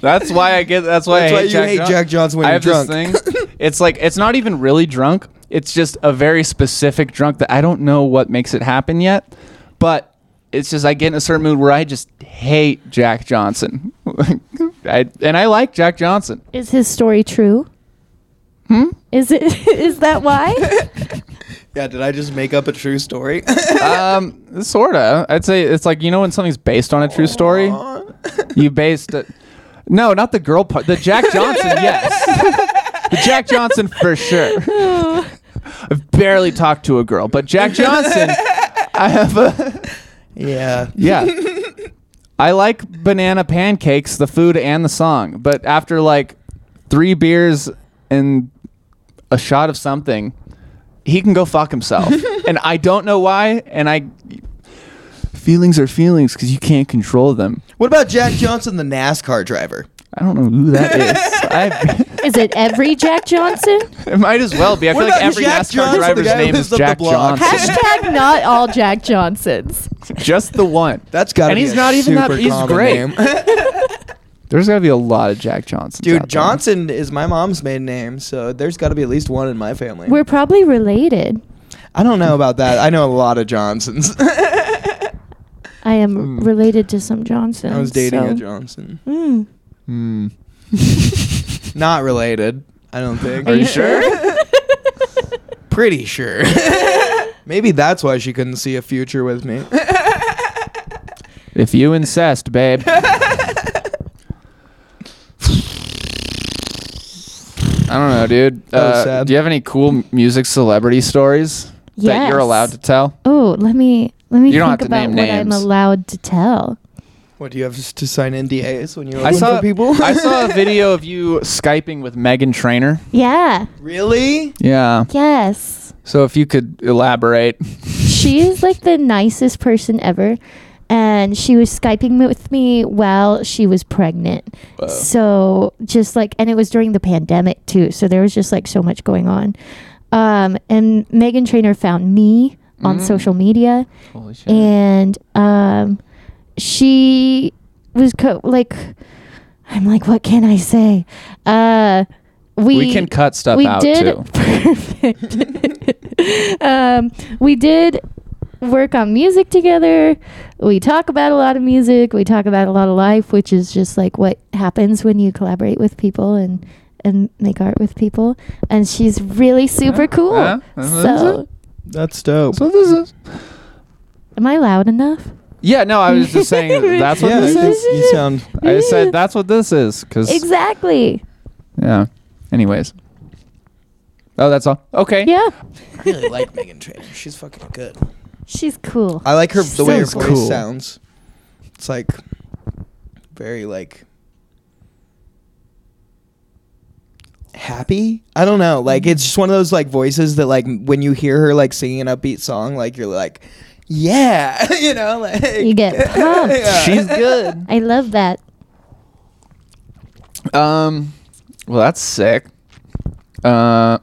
S1: That's why I get. That's why
S4: That's
S1: I
S4: why
S1: hate
S4: you
S1: Jack
S4: hate
S1: John-
S4: Jack Johnson when
S1: I
S4: you're
S1: have This thing. It's like it's not even really drunk. It's just a very specific drunk that I don't know what makes it happen yet. But it's just I get in a certain mood where I just hate Jack Johnson. I, and I like Jack Johnson.
S3: Is his story true?
S1: Hmm?
S3: Is it? Is that why?
S4: yeah, did I just make up a true story?
S1: Um, sorta. I'd say it's like you know when something's based on a true story. You based it. No, not the girl part. The Jack Johnson, yes. the Jack Johnson for sure. I've barely talked to a girl, but Jack Johnson, I have a
S4: yeah.
S1: yeah. I like banana pancakes, the food and the song, but after like three beers and a shot of something, he can go fuck himself, and I don't know why. And I feelings are feelings because you can't control them.
S4: What about Jack Johnson, the NASCAR driver?
S1: I don't know who that is. I,
S3: Is it every Jack Johnson?
S1: it might as well be. I
S4: What
S1: feel like
S4: about
S1: every
S4: Jack
S1: NASCAR
S4: Johnson, the
S1: driver's
S4: guy who
S1: name is
S4: lives up the
S1: Jack
S4: block?
S1: Johnson.
S3: Hashtag not all Jack Johnsons.
S1: Just the one.
S4: That's got to
S1: And
S4: be
S1: he's
S4: a
S1: not even that-
S4: super
S1: he's
S4: common
S1: great.
S4: name.
S1: There's got to be a lot of Jack Johnsons. out
S4: Dude,
S1: there.
S4: Johnson is my mom's maiden name, so there's got to be at least one in my family.
S3: We're probably related.
S4: I don't know about that. I know a lot of Johnsons.
S3: I am
S1: Mm.
S3: related to some Johnsons.
S4: Hmm. I was dating
S3: so-
S4: a Johnson.
S3: Mm.
S1: Hmm.
S4: Not related, I don't think.
S1: Are you sure?
S4: Pretty sure. Maybe that's why she couldn't see a future with me.
S1: If you incest, babe. I don't know, dude.
S4: That was
S1: Uh,
S4: sad.
S1: Do you have any cool m- music celebrity stories that
S3: Yes.
S1: you're allowed to tell?
S3: Oh, let me let me
S1: You don't
S3: think
S1: have to
S3: about
S1: name
S3: what I'm
S1: names.
S3: allowed to tell.
S4: What do you have to sign NDAs when you
S1: I
S4: open
S1: saw
S4: for people?
S1: I saw a video of you skyping with Megan Trainer.
S3: Yeah.
S4: really?
S1: Yeah.
S3: Yes.
S1: So if you could elaborate.
S3: She is like the nicest person ever. And she was Skyping me- with me while she was pregnant. So, just like, and it was during the pandemic too. So, there was just like so much going on. Um, and Megan Trainer found me on
S1: Mm.
S3: social media.
S1: Holy shit.
S3: and um, she was co- like, I'm like, what can I say? Uh, we
S1: We can cut stuff
S3: we
S1: out,
S3: did
S1: too.
S3: perfect. um, we did work on music together. We talk about a lot of music. We talk about a lot of life, which is just like what happens when you collaborate with people and and make art with people. And she's really super
S1: Yeah, Uh-huh.
S3: cool.
S1: yeah, that's what it is.
S3: so,
S4: That's dope.
S1: So this is.
S3: am I loud enough?
S1: Yeah, no, I was just saying that's what
S4: yeah,
S1: this
S4: I think
S1: is.
S4: you sound.
S1: I said that's what this is because
S3: Exactly.
S1: yeah. Anyways, oh, that's all. Okay.
S3: Yeah.
S4: I really like Megan Trainor. She's fucking good.
S3: She's cool.
S4: I like her the way her
S3: Sounds
S4: voice
S1: cool.
S4: sounds. It's like very like happy. I don't know. Like
S3: Mm-hmm.
S4: it's just one of those like voices that like when you hear her like singing an upbeat song, like you're like, yeah, you know, like
S3: You get pumped.
S1: She's good.
S3: I love that.
S1: Um, well, that's sick. Uh,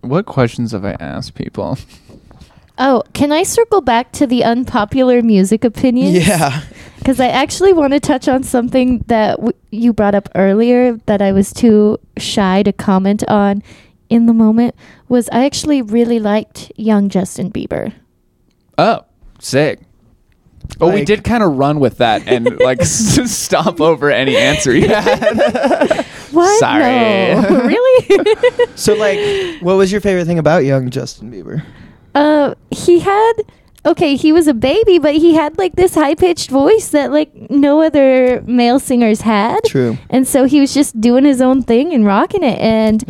S1: what questions have I asked people?
S3: Oh, can I circle back to the unpopular music opinions?
S4: Yeah.
S3: Because I actually want to touch on something that w- you brought up earlier that I was too shy to comment on in the moment. Was I actually really liked young Justin Bieber?
S1: Oh, sick. Oh, we
S4: Like-
S1: did kind of run with that and like s- stomp over any answer you had.
S3: What?
S1: Sorry.
S3: No. really?
S4: So like, what was your favorite thing about young Justin Bieber?
S3: Uh, he had okay, he was a baby, but he had like this high pitched voice that like no other male singers had.
S4: True.
S3: And so he was just doing his own thing and rocking it and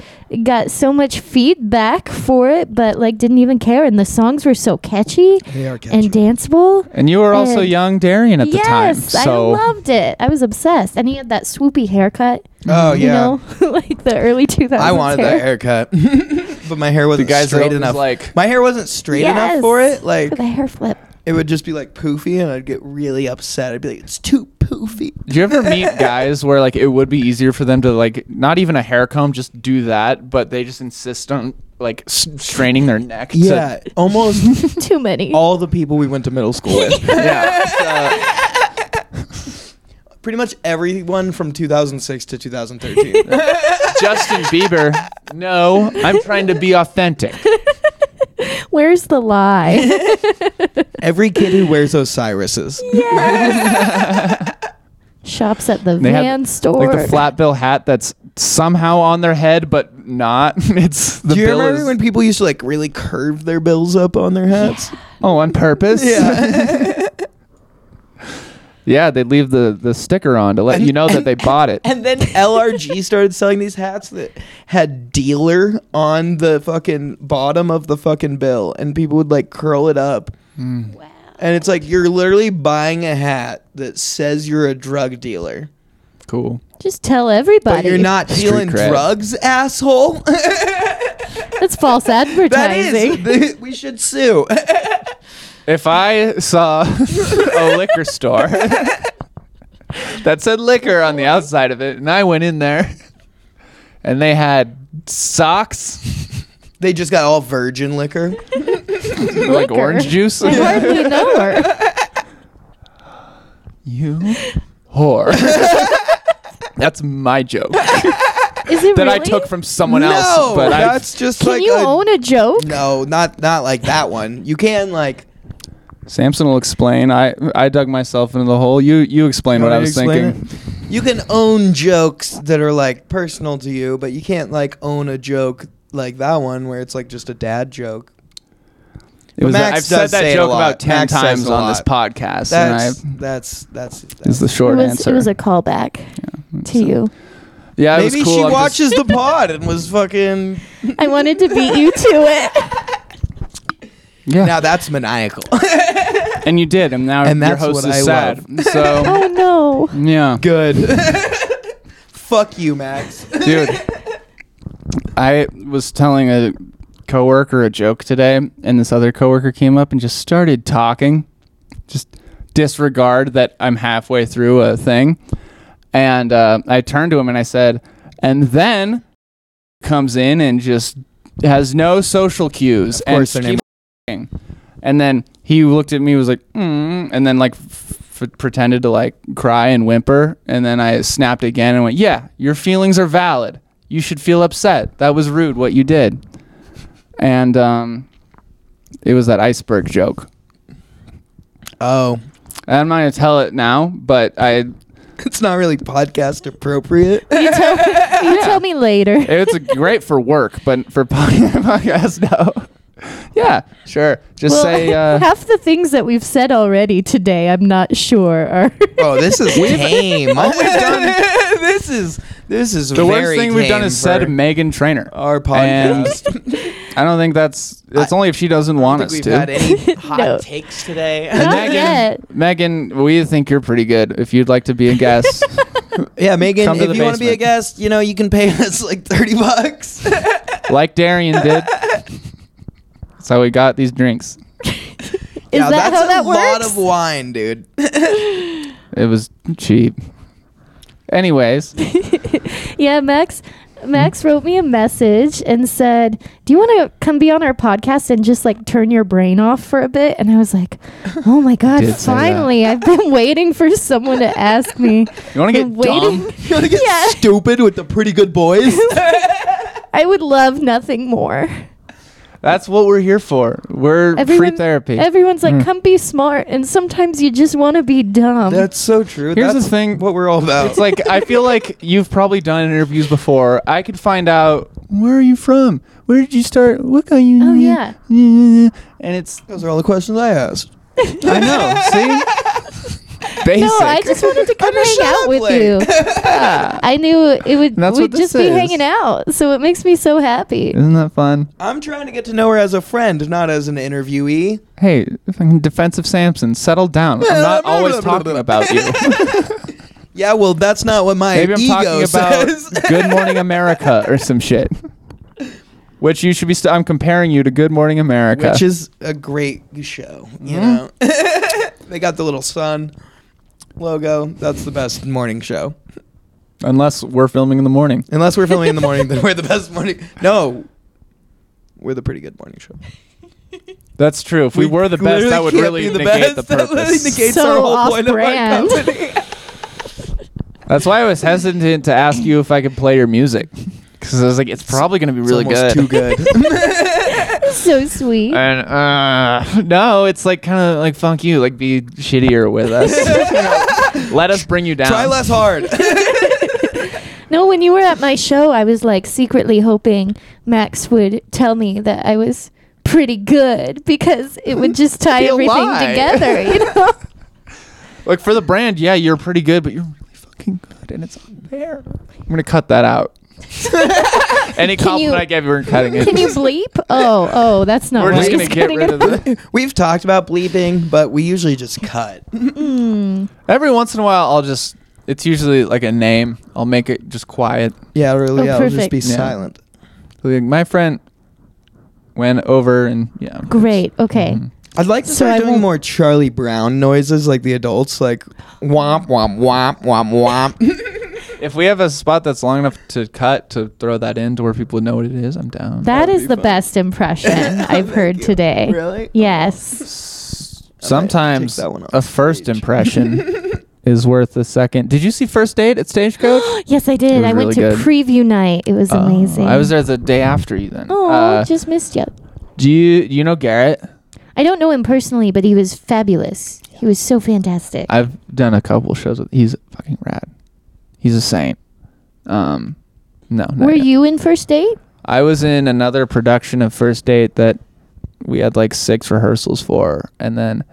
S3: got so much feedback for it, but like didn't even care. And the songs were so catchy
S4: They are
S3: and danceable.
S1: and you were also
S3: And-
S1: young Darian at the time.
S3: Eh. yes,
S1: So
S3: I loved it. I was obsessed. And he had that swoopy haircut,
S4: Oh yeah.
S3: you know, like the early 2000s.
S4: I wanted that
S3: hair.
S4: haircut. but my hair wasn't
S1: guys are
S4: straight
S1: always
S4: enough.
S1: like-
S4: my hair wasn't straight enough for
S3: Yes.
S4: it. Like
S3: the hair flip.
S4: it would just be like poofy, and I'd get really upset. I'd be like, "It's too poofy."
S1: Do you ever meet guys where like it would be easier for them to like not even a hair comb, just do that, but they just insist on like s- straining their neck? to-
S4: Yeah, almost
S3: Too many.
S4: all the people we went to middle school with.
S1: yeah.
S4: Pretty much everyone from 2006 to 2013.
S1: So, Justin Bieber. No, I'm trying to be authentic.
S3: Where's the lie?
S4: Every kid who wears Osiris's.
S3: Shops at the
S1: They have,
S3: van store.
S1: Like the flat bill hat that's somehow on their head, but not. It's the
S4: Do you
S1: bill
S4: remember
S1: is
S4: when people used to like really curve their bills up on their hats?
S1: oh on purpose. yeah, they leave the the sticker on to let you know that they bought it.
S4: And then LRG started selling these hats that had dealer on the fucking bottom of the fucking bill, and people would like curl it up. And it's like you're literally buying a hat that says you're a drug dealer,
S1: cool.
S3: Just tell everybody.
S4: but you're not
S1: Street
S4: dealing
S1: cred.
S4: drugs, asshole.
S3: That's false advertising.
S4: that is, we should sue.
S1: If I saw a Oh, liquor store that said liquor on the outside of it, and I went in there and they had socks,
S4: they just got all virgin liquor.
S1: like
S3: Liquor.
S1: orange juice,
S3: I hardly know her.
S1: you whore. That's my joke that
S3: Is it really?
S1: I took from someone
S4: no,
S1: else. But I,
S4: that's just
S3: Can
S4: like
S3: you
S4: a-
S3: own a joke?
S4: No, not not like that one. You can like
S1: Samson will explain. I I dug myself into the hole. You you explain what I was
S4: Explain
S1: thinking.
S4: it. You can own jokes that are like personal to you, but you can't like own a joke like that one where it's like just a dad joke.
S1: It was
S4: Max
S1: I've said
S4: does say
S1: that
S4: it a
S1: joke
S4: lot.
S1: about ten
S4: Max says
S1: times
S4: a
S1: on this podcast,
S4: That's
S1: and
S4: that's that's.
S1: I is the
S3: It
S1: short
S3: was,
S1: answer.
S3: it was a callback to you.
S1: yeah, it
S4: Maybe
S1: was cool.
S4: she
S1: I'm just-
S4: watches the pod and was fucking.
S3: I wanted to beat you to it.
S1: yeah.
S4: Now that's maniacal.
S1: And you did, and now
S4: And
S1: your
S4: that's
S1: host
S4: what
S1: is
S4: I
S1: sad. So
S3: Oh no.
S1: yeah,
S4: Good. Fuck you, Max.
S1: dude. I was telling a coworker a joke today, and this other coworker came up and just started talking, just disregard that I'm halfway through a thing, and uh, I turned to him and I said, and then comes in and just has no social cues
S4: Of course their
S1: and
S4: name-
S1: name. And then he looked at me, was like, mm, and then like f- f- pretended to like cry and whimper. And then I snapped again and went, yeah, your feelings are valid. You should feel upset. That was rude what you did. And um, it was that iceberg joke.
S4: Oh,
S1: I'm not gonna tell it now, but I
S4: it's not really podcast appropriate.
S3: You tell, you tell me later.
S1: it's a great for work, but for pod- podcast, no. Yeah, sure. Just
S3: Well,
S1: say uh,
S3: half the things that we've said already today, I'm not sure are.
S4: Oh, this is tame. All we've done. This is this is
S1: the worst
S4: very
S1: thing we've done
S4: tame
S1: is said
S4: for
S1: Megan Trainer.
S4: our
S1: And-
S4: podcast.
S1: I don't think that's. It's only if she doesn't want us to.
S4: any hot
S3: No.
S4: takes today.
S3: Not
S1: Megan-
S3: yet.
S1: Megan, we think you're pretty good. If you'd like to be a guest,
S4: yeah, Megan,
S1: Come to
S4: if
S1: the
S4: you want to be a
S1: basement.
S4: guest, you know, you can pay us like 30 bucks.
S1: like Darian did. That's how we got these drinks.
S3: Is that
S4: Yeah, that's
S3: how that
S4: a lot
S3: works?
S4: of wine, dude.
S1: It was cheap. Anyways,
S3: yeah, Max. Max
S1: Hmm?
S3: wrote me a message and said, "Do you want to come be on our podcast and just like turn your brain off for a bit?" And I was like, "Oh my god,
S1: did say that.
S3: finally! I've been waiting for someone to ask me."
S1: you want to get
S3: Been waiting.
S1: dumb?
S4: You want to get
S3: Yeah.
S4: stupid with the pretty good boys?
S3: I would love nothing more.
S1: That's what we're here for. We're free therapy. Hmm.
S3: Everyone's like, "Come be smart," and sometimes you just want to be dumb.
S4: that's so true.
S1: Here's the
S4: that's
S1: thing.
S4: what we're all about.
S1: It's like I feel like you've probably done interviews before. I could find out where are you from, where did you start, what kind you.
S3: Oh, yeah.
S1: and it's
S4: Those are all the questions I asked.
S1: I know. See, basic.
S3: no, I just wanted to come
S4: I'm a
S3: hang out with
S4: shop
S3: you. I knew it would
S1: That's
S3: we'd
S1: what
S3: just
S1: this
S3: be
S1: is.
S3: hanging out, so it makes me so happy.
S1: Isn't that fun?
S4: I'm trying to get to know her as a friend, not as an interviewee.
S1: Hey, fucking defensive Samson, settle down. I'm not always talking about you.
S4: Yeah, well, that's not what my
S1: Maybe I'm
S4: ego
S1: talking about
S4: says.
S1: Good Morning America or some shit. which you should be. St- I'm comparing you to Good Morning America.
S4: which is a great show. You
S1: Mm-hmm.
S4: know, they got the little sun logo. That's the best morning show.
S1: unless we're filming in the morning.
S4: Unless we're filming in the morning, then we're the best morning. No, we're the pretty good morning show.
S1: That's true. If we, were the best,
S4: literally
S1: that would
S4: can't
S1: really
S4: be the
S1: negate the
S4: best. That literally
S1: purpose.
S4: negates
S3: So
S4: our whole point of our
S3: off-brand.
S4: company.
S1: That's why I was hesitant to ask you if I could play your music because I was like, it's probably going to be really good.
S4: It's almost Too good.
S3: so sweet.
S1: and uh, no, it's like kind of like funk you, like be shittier with us. Let us bring you down.
S4: Try less hard.
S3: No, when you were at my show, I was like secretly hoping Max would tell me that I was pretty good because it would just tie
S1: Be a
S3: everything
S1: lie.
S3: together, you know?
S1: Like for the brand, yeah, you're pretty good, but you're really fucking good, and it's on there. I'm gonna cut that out. Any
S3: Can
S1: compliment
S3: you-
S1: I gave you, we're cutting it.
S3: Can you bleep? Oh, oh, that's not
S1: we're
S3: right.
S1: just gonna
S3: He's
S1: get
S3: cutting
S1: rid
S3: it
S1: of that.
S4: We've talked about bleeping, but we usually just cut.
S1: Every once in a while, I'll just. It's usually like a name. I'll make it just quiet.
S4: Yeah, really.
S3: Oh,
S4: yeah, it'll just be
S3: perfect.
S1: Yeah.
S4: silent.
S1: Like, my friend went over, and yeah. Mm-hmm.
S3: Great. Okay.
S4: I'd like to
S3: So I
S4: start doing
S3: won't-
S4: more Charlie Brown noises, like the adults, like womp womp womp womp womp.
S1: If we have a spot that's long enough to cut to throw that in to where people know what it is, I'm down.
S3: That
S4: That'd
S3: is
S4: be
S3: the
S4: fun.
S3: best impression I've heard today.
S4: really?
S3: Yes.
S1: Sometimes
S4: take that one off
S1: a
S4: the
S1: first
S4: page.
S1: impression is worth a second. Did you see First Date at Stagecoach?
S3: Yes, I
S1: It
S3: did.
S1: was
S3: I went
S1: really
S3: to
S1: good.
S3: preview night. It was
S1: Oh,
S3: amazing.
S1: I was there the day after you. Then.
S3: Oh,
S1: Uh,
S3: just missed you.
S1: do you do you know Garrett?
S3: I don't know him personally, but he was fabulous. He was so fantastic.
S1: I've done a couple shows with. He's fucking rad. He's a saint. Um, no. not
S3: Were
S1: yet.
S3: you in first date?
S1: I was in another production of First Date that we had like six rehearsals for, and then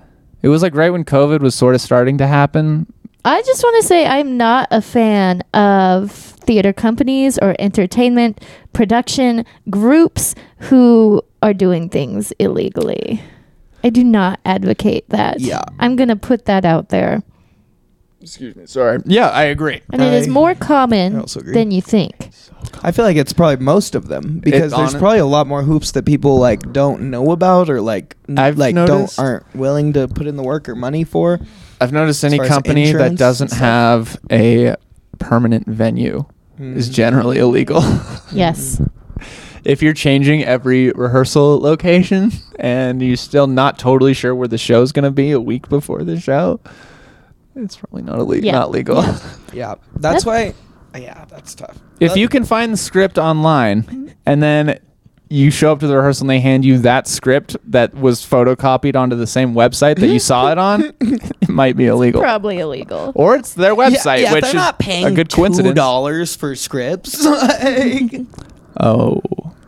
S1: it was like right when COVID was sort of starting to happen.
S3: I just want to say I'm not a fan of theater companies or entertainment production groups who are doing things illegally. I do not advocate that.
S4: Yeah.
S3: I'm going to put that out there.
S1: Excuse me. Sorry. Yeah, I agree.
S3: And it is
S4: I-
S3: more
S4: I
S3: common
S4: also agree.
S3: than you think.
S4: I feel like it's probably most of them because there's
S1: hon-
S4: probably a lot more hoops that people like don't know about or like n-
S1: I've
S4: like
S1: noticed-
S4: don't aren't willing to put in the work or money for.
S1: I've noticed any
S4: far as
S1: company
S4: insurance
S1: that
S4: and
S1: doesn't
S4: stuff.
S1: have a permanent venue is
S4: Hmm.
S1: generally illegal.
S3: Yes.
S1: if you're changing every rehearsal location and you're still not totally sure where the show's going to be a week before the show, it's probably not illegal.
S3: Yeah.
S1: Not legal.
S3: Yeah.
S4: Yeah, that's
S3: That's-
S4: why. Yeah, that's tough.
S1: if
S4: That-
S1: you can find the script online and then you show up to the rehearsal and they hand you that script that was photocopied onto the same website that you saw it on, it might be illegal.
S3: Probably illegal.
S1: or it's their
S4: Yeah,
S1: website,
S4: yeah,
S1: which
S4: they're
S1: is
S4: not paying
S1: a good coincidence.
S4: dollars for scripts. like,
S1: Oh,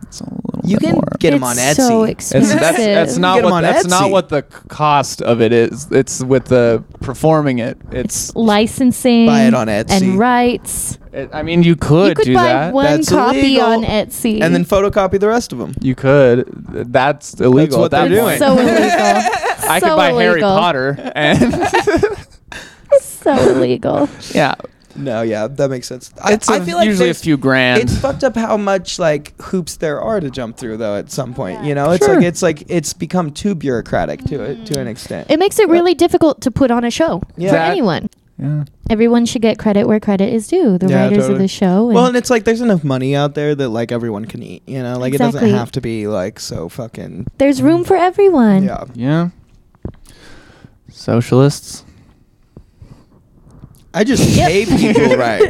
S1: it's a little
S4: you
S1: bit
S4: can
S1: more.
S4: get them on
S3: It's
S4: Etsy.
S3: so
S1: It's,
S3: expensive.
S1: that's, that's
S4: Get
S1: not
S4: 'em
S1: what
S4: on
S1: that's not
S4: Etsy.
S1: what the c- cost of it is. It's with the performing it. It's
S3: Licensing
S4: Buy it on Etsy.
S3: and rights.
S1: it, I mean you could,
S3: you could
S1: do
S3: buy
S1: that.
S3: one
S4: That's
S3: copy
S4: illegal.
S3: on Etsy.
S4: and then photocopy the rest of them.
S1: You could. That's illegal.
S4: what
S1: at that
S4: they're
S1: point.
S4: doing.
S3: so illegal.
S1: I could
S3: so
S1: buy Harry
S3: illegal.
S1: Potter and
S3: so illegal.
S1: yeah.
S4: No, yeah, that makes sense.
S1: It's
S4: I
S1: a-
S4: I feel like
S1: usually a
S4: there's-
S1: few grand.
S4: It's fucked up how much like hoops there are to jump through though. At some point, you know, it's
S1: Sure.
S4: like it's like it's become too bureaucratic to it to an extent.
S3: Mm. It makes it really difficult to put on a show
S4: Yeah.
S3: for
S1: That-
S3: anyone.
S1: yeah.
S3: Everyone should get credit where credit is due. The
S4: Yeah,
S3: writers of
S4: totally.
S3: the show. And
S4: well, and it's like there's enough money out there that like everyone can eat. You know, like it
S3: Exactly.
S4: doesn't have to be like so fucking.
S3: there's room for everyone.
S4: Yeah,
S1: Yeah. Socialists.
S4: I just pay people right.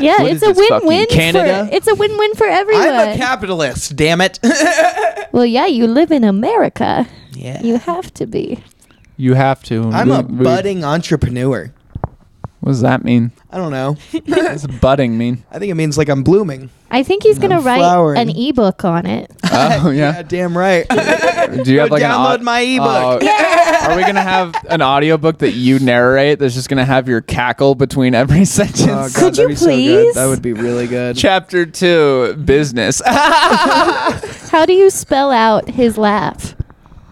S3: Yeah,
S1: What
S3: it's
S1: is
S3: a
S1: this fucking
S3: win-win.
S1: Canada?
S3: For, it's a win-win for everyone.
S4: I'm a capitalist. Damn it.
S3: well, yeah, you live in America.
S4: yeah.
S3: You have to be.
S1: You have to.
S4: I'm a
S1: We- we-
S4: budding entrepreneur.
S1: What does that mean?
S4: I don't know.
S1: What's budding mean?
S4: I think it means like I'm blooming.
S3: I think he's gonna write
S4: flowering.
S3: an ebook on it.
S1: Oh yeah.
S4: damn right.
S1: Do you have
S4: Go
S1: like an au-
S4: download my ebook.
S1: Oh. Are we gonna have oh, an audiobook that you narrate that's just gonna have your cackle between every
S4: Oh, God,
S1: sentence?
S3: Could
S4: that'd
S3: you
S4: be so good.
S3: please?
S4: that would be really good.
S1: Chapter two, business. a
S3: How do you spell out his laugh?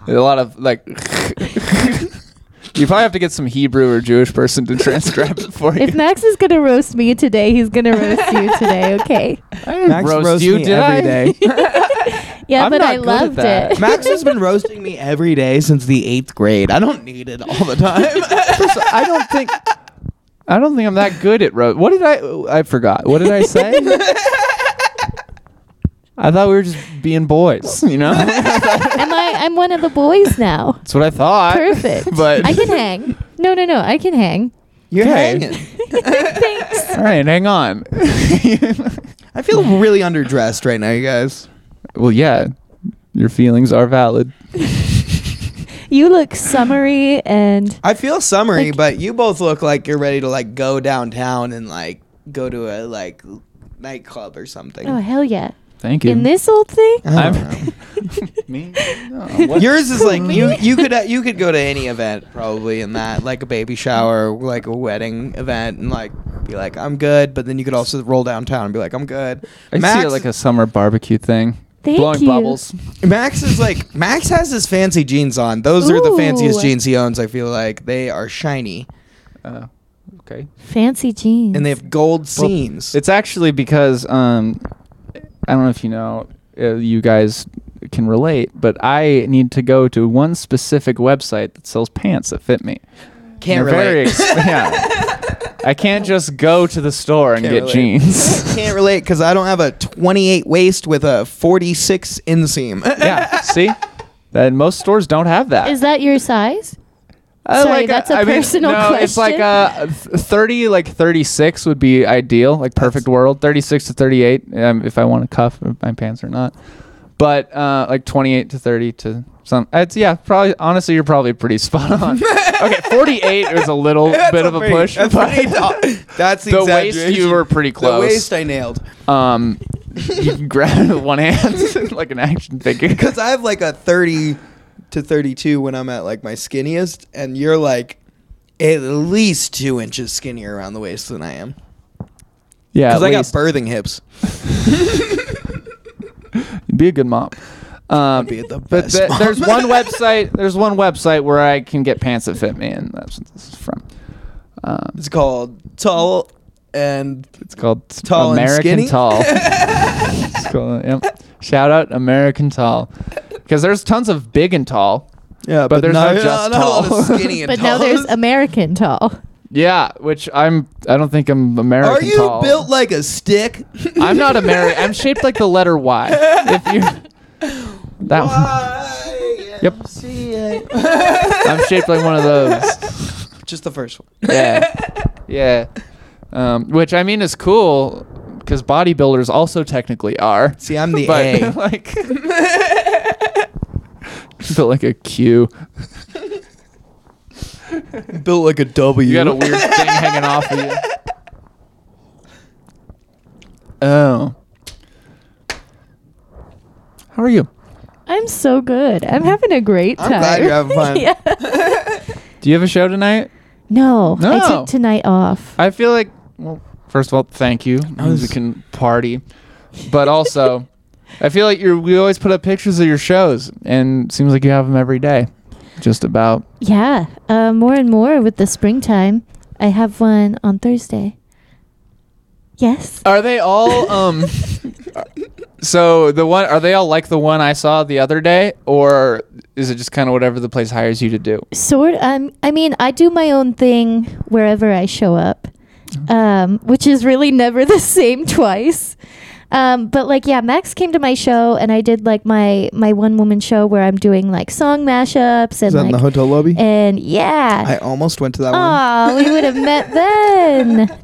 S1: lot of like You probably have to get some Hebrew or Jewish person to transcribe it for you.
S3: If Max is gonna roast me today, he's gonna roast you today. Okay.
S1: I
S4: Max roasts me every day.
S3: Yeah,
S1: I'm
S3: but
S1: not
S3: I
S1: good at
S3: loved
S1: that.
S3: it.
S4: Max has been roasting me every day since the eighth grade. I don't need it all the time.
S1: First, I don't think. I don't think I'm that good at roast. What did I? I forgot. What did I say? I thought we were just being boys. You know, that's
S3: Am I? I'm one of the boys now.
S1: what I thought.
S3: Perfect.
S1: But
S3: I can hang. No, no, no. I can hang.
S4: You're
S1: Okay.
S4: hanging.
S3: Thanks.
S1: All right, hang on.
S4: I feel really underdressed right now, you guys.
S1: well, yeah, your feelings are valid.
S3: You look summery and
S4: I feel summery,
S3: Like-
S4: but you both look like you're ready to like go downtown and like go to a like nightclub or something.
S3: oh hell yeah.
S1: Thank you.
S3: In this old thing.
S4: I don't
S1: I'm- me? No,
S4: know.
S1: what-
S4: Yours is like you you could uh, you could go to any event probably in that like a baby shower, like a wedding event, and like be like I'm good. But then you could also roll downtown and be like I'm good.
S1: I see it like a summer barbecue thing.
S3: Thank
S1: Blowing
S3: you.
S1: bubbles.
S4: Max is like Max has his fancy jeans on. Those are the fanciest
S3: Ooh.
S4: jeans he owns. I feel like they are shiny
S1: Uh, okay.
S3: Fancy jeans.
S4: and they have gold seams.
S1: It's actually because um, I don't know if you know, uh, you guys can relate, but I need to go to one specific website that sells pants that fit me.
S4: Can't
S1: They're very
S4: relate.
S1: exp- yeah. I can't just go to the store and
S4: Can't
S1: get
S4: relate.
S1: jeans.
S4: Can't relate because I don't have a 28 waist with a 46 inseam.
S1: yeah. See, that most stores don't have that.
S3: Is that your size?
S1: Uh,
S3: Sorry,
S1: uh,
S3: that's a personal
S1: no, It's like uh,
S3: question.
S1: th- 30, like 36 would be ideal, like perfect world. 36 to 38, um, if I want to cuff my pants or not. But uh, like 28 to 30 to some. It's, yeah, probably. Honestly, you're probably pretty spot on. okay, 48 was a little bit of a push.
S4: That's,
S1: but
S4: pretty t- that's
S1: the waist, you
S4: exaggeration.
S1: were pretty
S4: The
S1: close.
S4: waist I nailed
S1: um, you can grab it with one hand like an action figure.
S4: because I have like a 30 to 32 when I'm at like my skinniest, and you're like at least two inches skinnier around the waist than I am
S1: Yeah,
S4: because
S1: at
S4: I got
S1: least.
S4: birthing hips.
S1: be a good mom. Um,
S4: be the
S1: but
S4: best
S1: the-
S4: mom.
S1: there's one website. There's one website where I can get pants that fit me, and that's what this is from. Um,
S4: It's called tall and
S1: it's called
S4: Tall and
S1: American
S4: skinny?
S1: Tall. It's called- yep. Shout out American Tall, because there's tons of big and tall.
S4: yeah,
S1: but there's not just
S4: a lot of
S1: tall.
S4: skinny and
S3: But now
S4: tall.
S3: there's American tall.
S1: Yeah, which I'm. I don't think I'm
S4: Are
S1: American
S4: you
S1: Tall.
S4: built like a stick?
S1: I'm not American. I'm shaped like the letter Y. If you that one, Yep. I'm shaped like one of those.
S4: Just the first one.
S1: yeah, yeah. Um, which I mean is cool because bodybuilders also technically are.
S4: See, I'm the
S1: but
S4: A.
S1: like, felt like a Q.
S4: built like a W.
S1: You got a weird thing hanging off of you. Oh, how are you?
S3: I'm so good. I'm having a great
S4: I'm
S3: time.
S4: glad you're having fun.
S3: yeah.
S1: Do you have a show tonight?
S3: No, I
S1: No.
S3: took tonight off.
S1: I feel like, well, first of all, thank you.
S4: was-
S1: We can party, but also, I feel like you're. We always put up pictures of your shows, and it seems like you have them every day, just about.
S3: Yeah, uh, more and more with the springtime. I have one on Thursday. Yes.
S1: Are they all? Um, so the one are they all like the one I saw the other day, or is it just kind of whatever the place hires you to do?
S3: Sort. Um. I mean, I do my own thing wherever I show up,
S4: Mm-hmm.
S3: um, which is really never the same twice. Um, but like, yeah, Max came to my show, and I did like my my one woman show where I'm doing like song mashups and like,
S4: lobby?
S3: and yeah.
S4: I almost went to that
S3: Oh,
S4: one.
S3: we would have met then.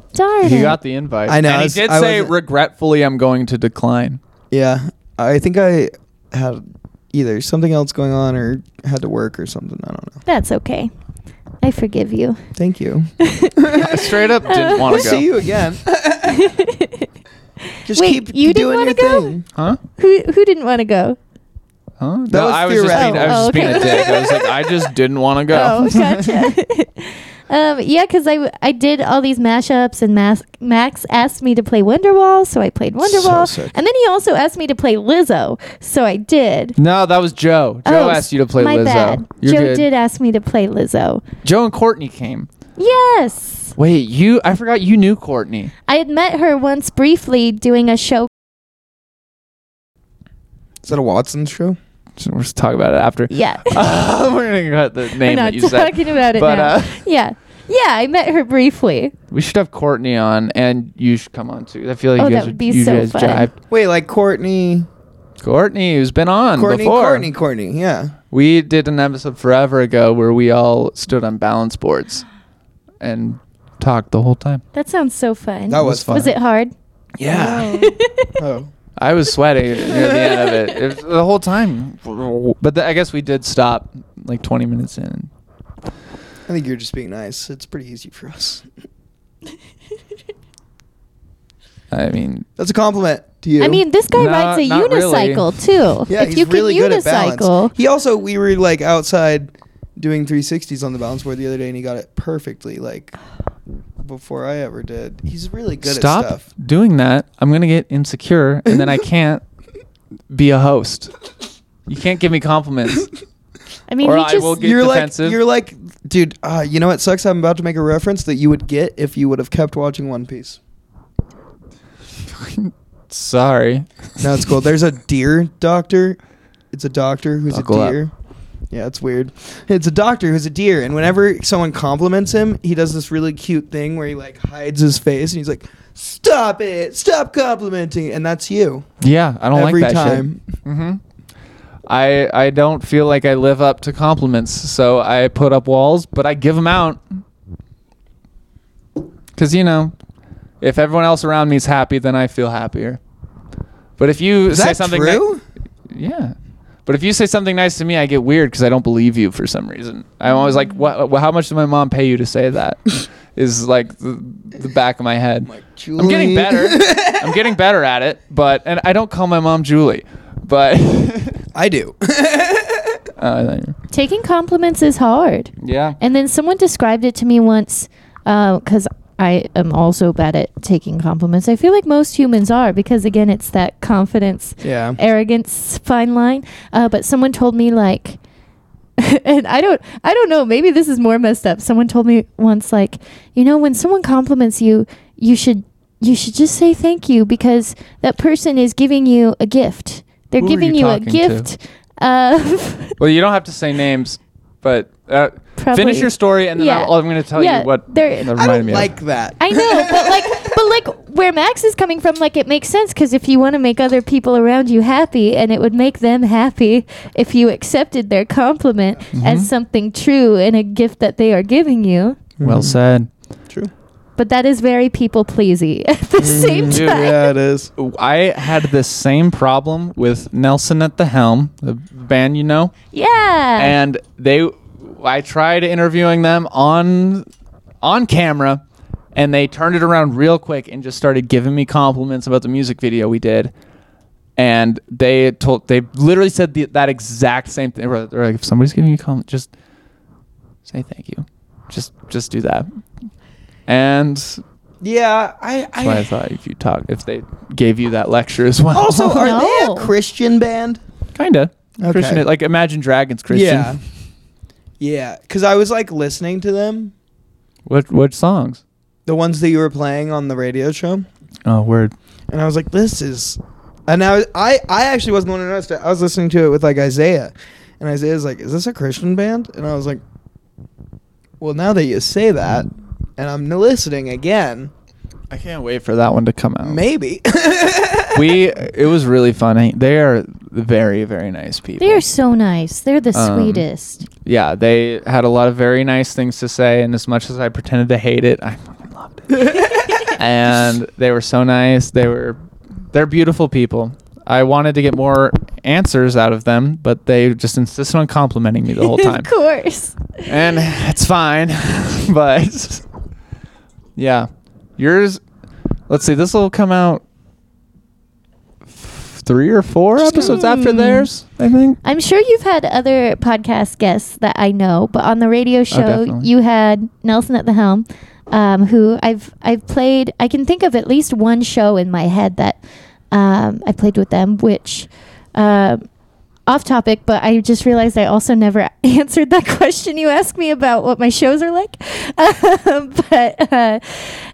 S3: Darn
S1: You
S3: it.
S1: got the invite.
S4: I know,
S1: And
S4: I
S1: he
S4: was-
S1: did
S4: I
S1: say,
S4: wasn't-
S1: regretfully, I'm going to decline.
S4: yeah, I think I had either something else going on or had to work or something. I don't know.
S3: That's okay. I forgive you.
S4: Thank you.
S1: I straight up didn't
S4: We'll
S1: want to go.
S4: see you again. Just
S3: Wait,
S4: keep
S3: you didn't
S4: doing
S3: wanna
S4: your
S3: go?
S4: thing.
S1: Huh?
S3: Who who didn't want to go?
S1: Huh?
S4: That
S1: no,
S4: was
S1: I was just being,
S3: theoretical.
S1: I was
S3: Oh,
S1: just being a
S3: okay.
S1: dick. I was like, I just didn't want to go.
S3: Oh, gotcha. Um, yeah, because I, w- I did all these mashups, and Mas- Max asked me to play Wonderwall, so I played Wonderwall.
S4: sick.
S3: and then he also asked me to play Lizzo, so I did.
S1: No, that was Joe. Joe
S3: Oh,
S1: asked you to play
S3: my
S1: Lizzo.
S3: Bad.
S1: You're
S3: Joe
S1: good.
S3: did ask me to play Lizzo.
S1: Joe and Courtney came.
S3: Yes.
S1: Wait, you? I forgot you knew Courtney.
S3: I had met her once briefly doing a show.
S4: Is that a Watson show?
S1: So we're just talking about it after.
S3: Yeah.
S1: We're gonna cut the
S3: We're
S1: name
S3: not
S1: that you said.
S3: talking about it
S1: But,
S3: now.
S1: uh,
S3: yeah. Yeah, I met her briefly.
S1: We should have Courtney on, and you should come on too. I feel like
S3: Oh,
S1: you
S3: that
S1: guys,
S3: would be
S1: you
S3: so
S1: guys
S3: fun.
S1: jive.
S4: Wait, like Courtney,
S1: Courtney, who's been on
S4: Courtney,
S1: before.
S4: Courtney, Courtney. Yeah.
S1: We did an episode forever ago where we all stood on balance boards and talked the whole time.
S3: That sounds so fun.
S4: That was fun.
S3: Was it hard?
S4: Yeah. Oh.
S1: I was sweating near the end of it, it was the whole time. But th- I guess we did stop like 20 minutes in.
S4: I think you're just being nice. It's pretty easy for us. Oh.
S1: I mean,
S4: That's a compliment to you.
S3: I mean, this guy
S1: No,
S3: rides a
S1: not really.
S3: unicycle too.
S4: yeah,
S3: if
S4: he's
S3: you
S4: really
S3: can
S4: good at balance.
S3: unicycle,
S4: He also, we were like outside doing 360s on the balance board the other day, and he got it perfectly, like before I ever did. He's really good
S1: stop
S4: at stuff.
S1: doing that. I'm gonna get insecure, and then I can't be a host. You can't give me compliments.
S3: I mean,
S1: Or
S3: he
S1: I
S3: just
S1: will get-
S4: you're
S1: defensive.
S4: like, you're like, dude. Uh, you know what sucks? I'm about to make a reference that you would get if you would have kept watching One Piece.
S1: Sorry.
S4: No, it's cool. There's a deer doctor. It's a doctor who's
S1: Buckle
S4: a
S1: up.
S4: deer. Yeah, it's weird. It's a doctor who's a deer, and whenever someone compliments him, he does this really cute thing where he like hides his face and he's like, "Stop it! Stop complimenting!" And that's you
S1: Yeah, I don't
S4: every
S1: like that
S4: time.
S1: shit. hmm I I don't feel like I live up to compliments, so I put up walls, but I give them out. Cause you know, if everyone else around me is happy, then I feel happier. But if you
S4: Is
S1: say
S4: that
S1: something, ni-
S4: true?
S1: yeah. But if you say something nice to me, I get weird because I don't believe you for some reason. I'm always like, what, wha- How much did my mom pay you to say that? Is like the, the back of my head.
S4: Like,
S1: I'm getting
S4: Julie.
S1: better. I'm getting better at it, but and I don't call my mom Julie, but
S4: I do.
S1: uh,
S3: taking compliments is hard.
S1: yeah.
S3: And then someone described it to me once because I am also bad at taking compliments. I feel like most humans are because, again, it's that confidence,
S4: yeah.
S3: arrogance fine line. Uh, but someone told me, like, and I don't, I don't know. Maybe this is more messed up. Someone told me once, like, you know, when someone compliments you, you should, you should just say thank you because that person is giving you a gift. They're
S1: Who are
S3: giving
S1: you
S3: you, a
S1: talking to?
S3: gift of.
S1: Well, you don't have to say names, but uh,
S3: Probably.
S1: finish your story, and then
S3: Yeah.
S1: I'll, I'm going to tell
S3: Yeah,
S1: you what
S3: there-
S1: that
S4: I
S1: reminded
S4: don't
S1: me.
S4: like
S1: of.
S4: that.
S3: I know, but like, but like, where Max is coming from, like, it makes sense because if you want to make other people around you happy, and it would make them happy if you accepted their compliment
S1: Mm-hmm.
S3: as something true and a gift that they are giving you.
S1: Well said.
S4: Mm-hmm. True.
S3: But that is very people pleasy at the
S1: Mm,
S3: same
S1: Dude,
S3: time.
S4: Yeah, it is.
S1: I had this same problem with Nelson at the Helm, the band you know.
S3: Yeah.
S1: and they I tried interviewing them on on camera and they turned it around real quick and just started giving me compliments about the music video we did and they told they literally said the, that exact same thing they're like if somebody's giving you a compliment just say thank you just just do that and that's
S4: Yeah, I. I,
S1: why I thought if you talk if they gave you that lecture as well
S4: also, are
S3: No.
S4: they a Christian band?
S1: kinda
S4: Okay.
S1: Christian like Imagine Dragons Christian
S4: Yeah. Yeah, because I was like listening to them,
S1: what what songs
S4: the ones that you were playing on the radio show.
S1: oh word
S4: and I was like, "This is," and I was, I I actually wasn't the one who noticed it. I was listening to it with like Isaiah, and Isaiah's like, "Is this a Christian band?" And I was like, "Well, now that you say that, and I'm listening again,
S1: I can't wait for that one to come out.
S4: maybe."
S1: Oh. we it was really funny. They are very very nice people.
S3: They are so nice. They're the
S1: Um,
S3: sweetest.
S1: yeah, they had a lot of very nice things to say, and as much as I pretended to hate it, I fucking loved it. and they were so nice. They were they're beautiful people. I wanted to get more answers out of them, but they just insisted on complimenting me the whole time,
S3: of course.
S1: and it's fine. but yeah, yours. Let's see. This will come out three or four episodes after theirs, I think.
S3: I'm sure you've had other podcast guests that I know, but on the radio show,
S1: definitely.
S3: you had Nelson at the helm, um, who I've I've played. I can think of at least one show in my head that um, I played with them, which. um off topic, but I just realized I also never answered that question you asked me about what my shows are like. Um, but uh,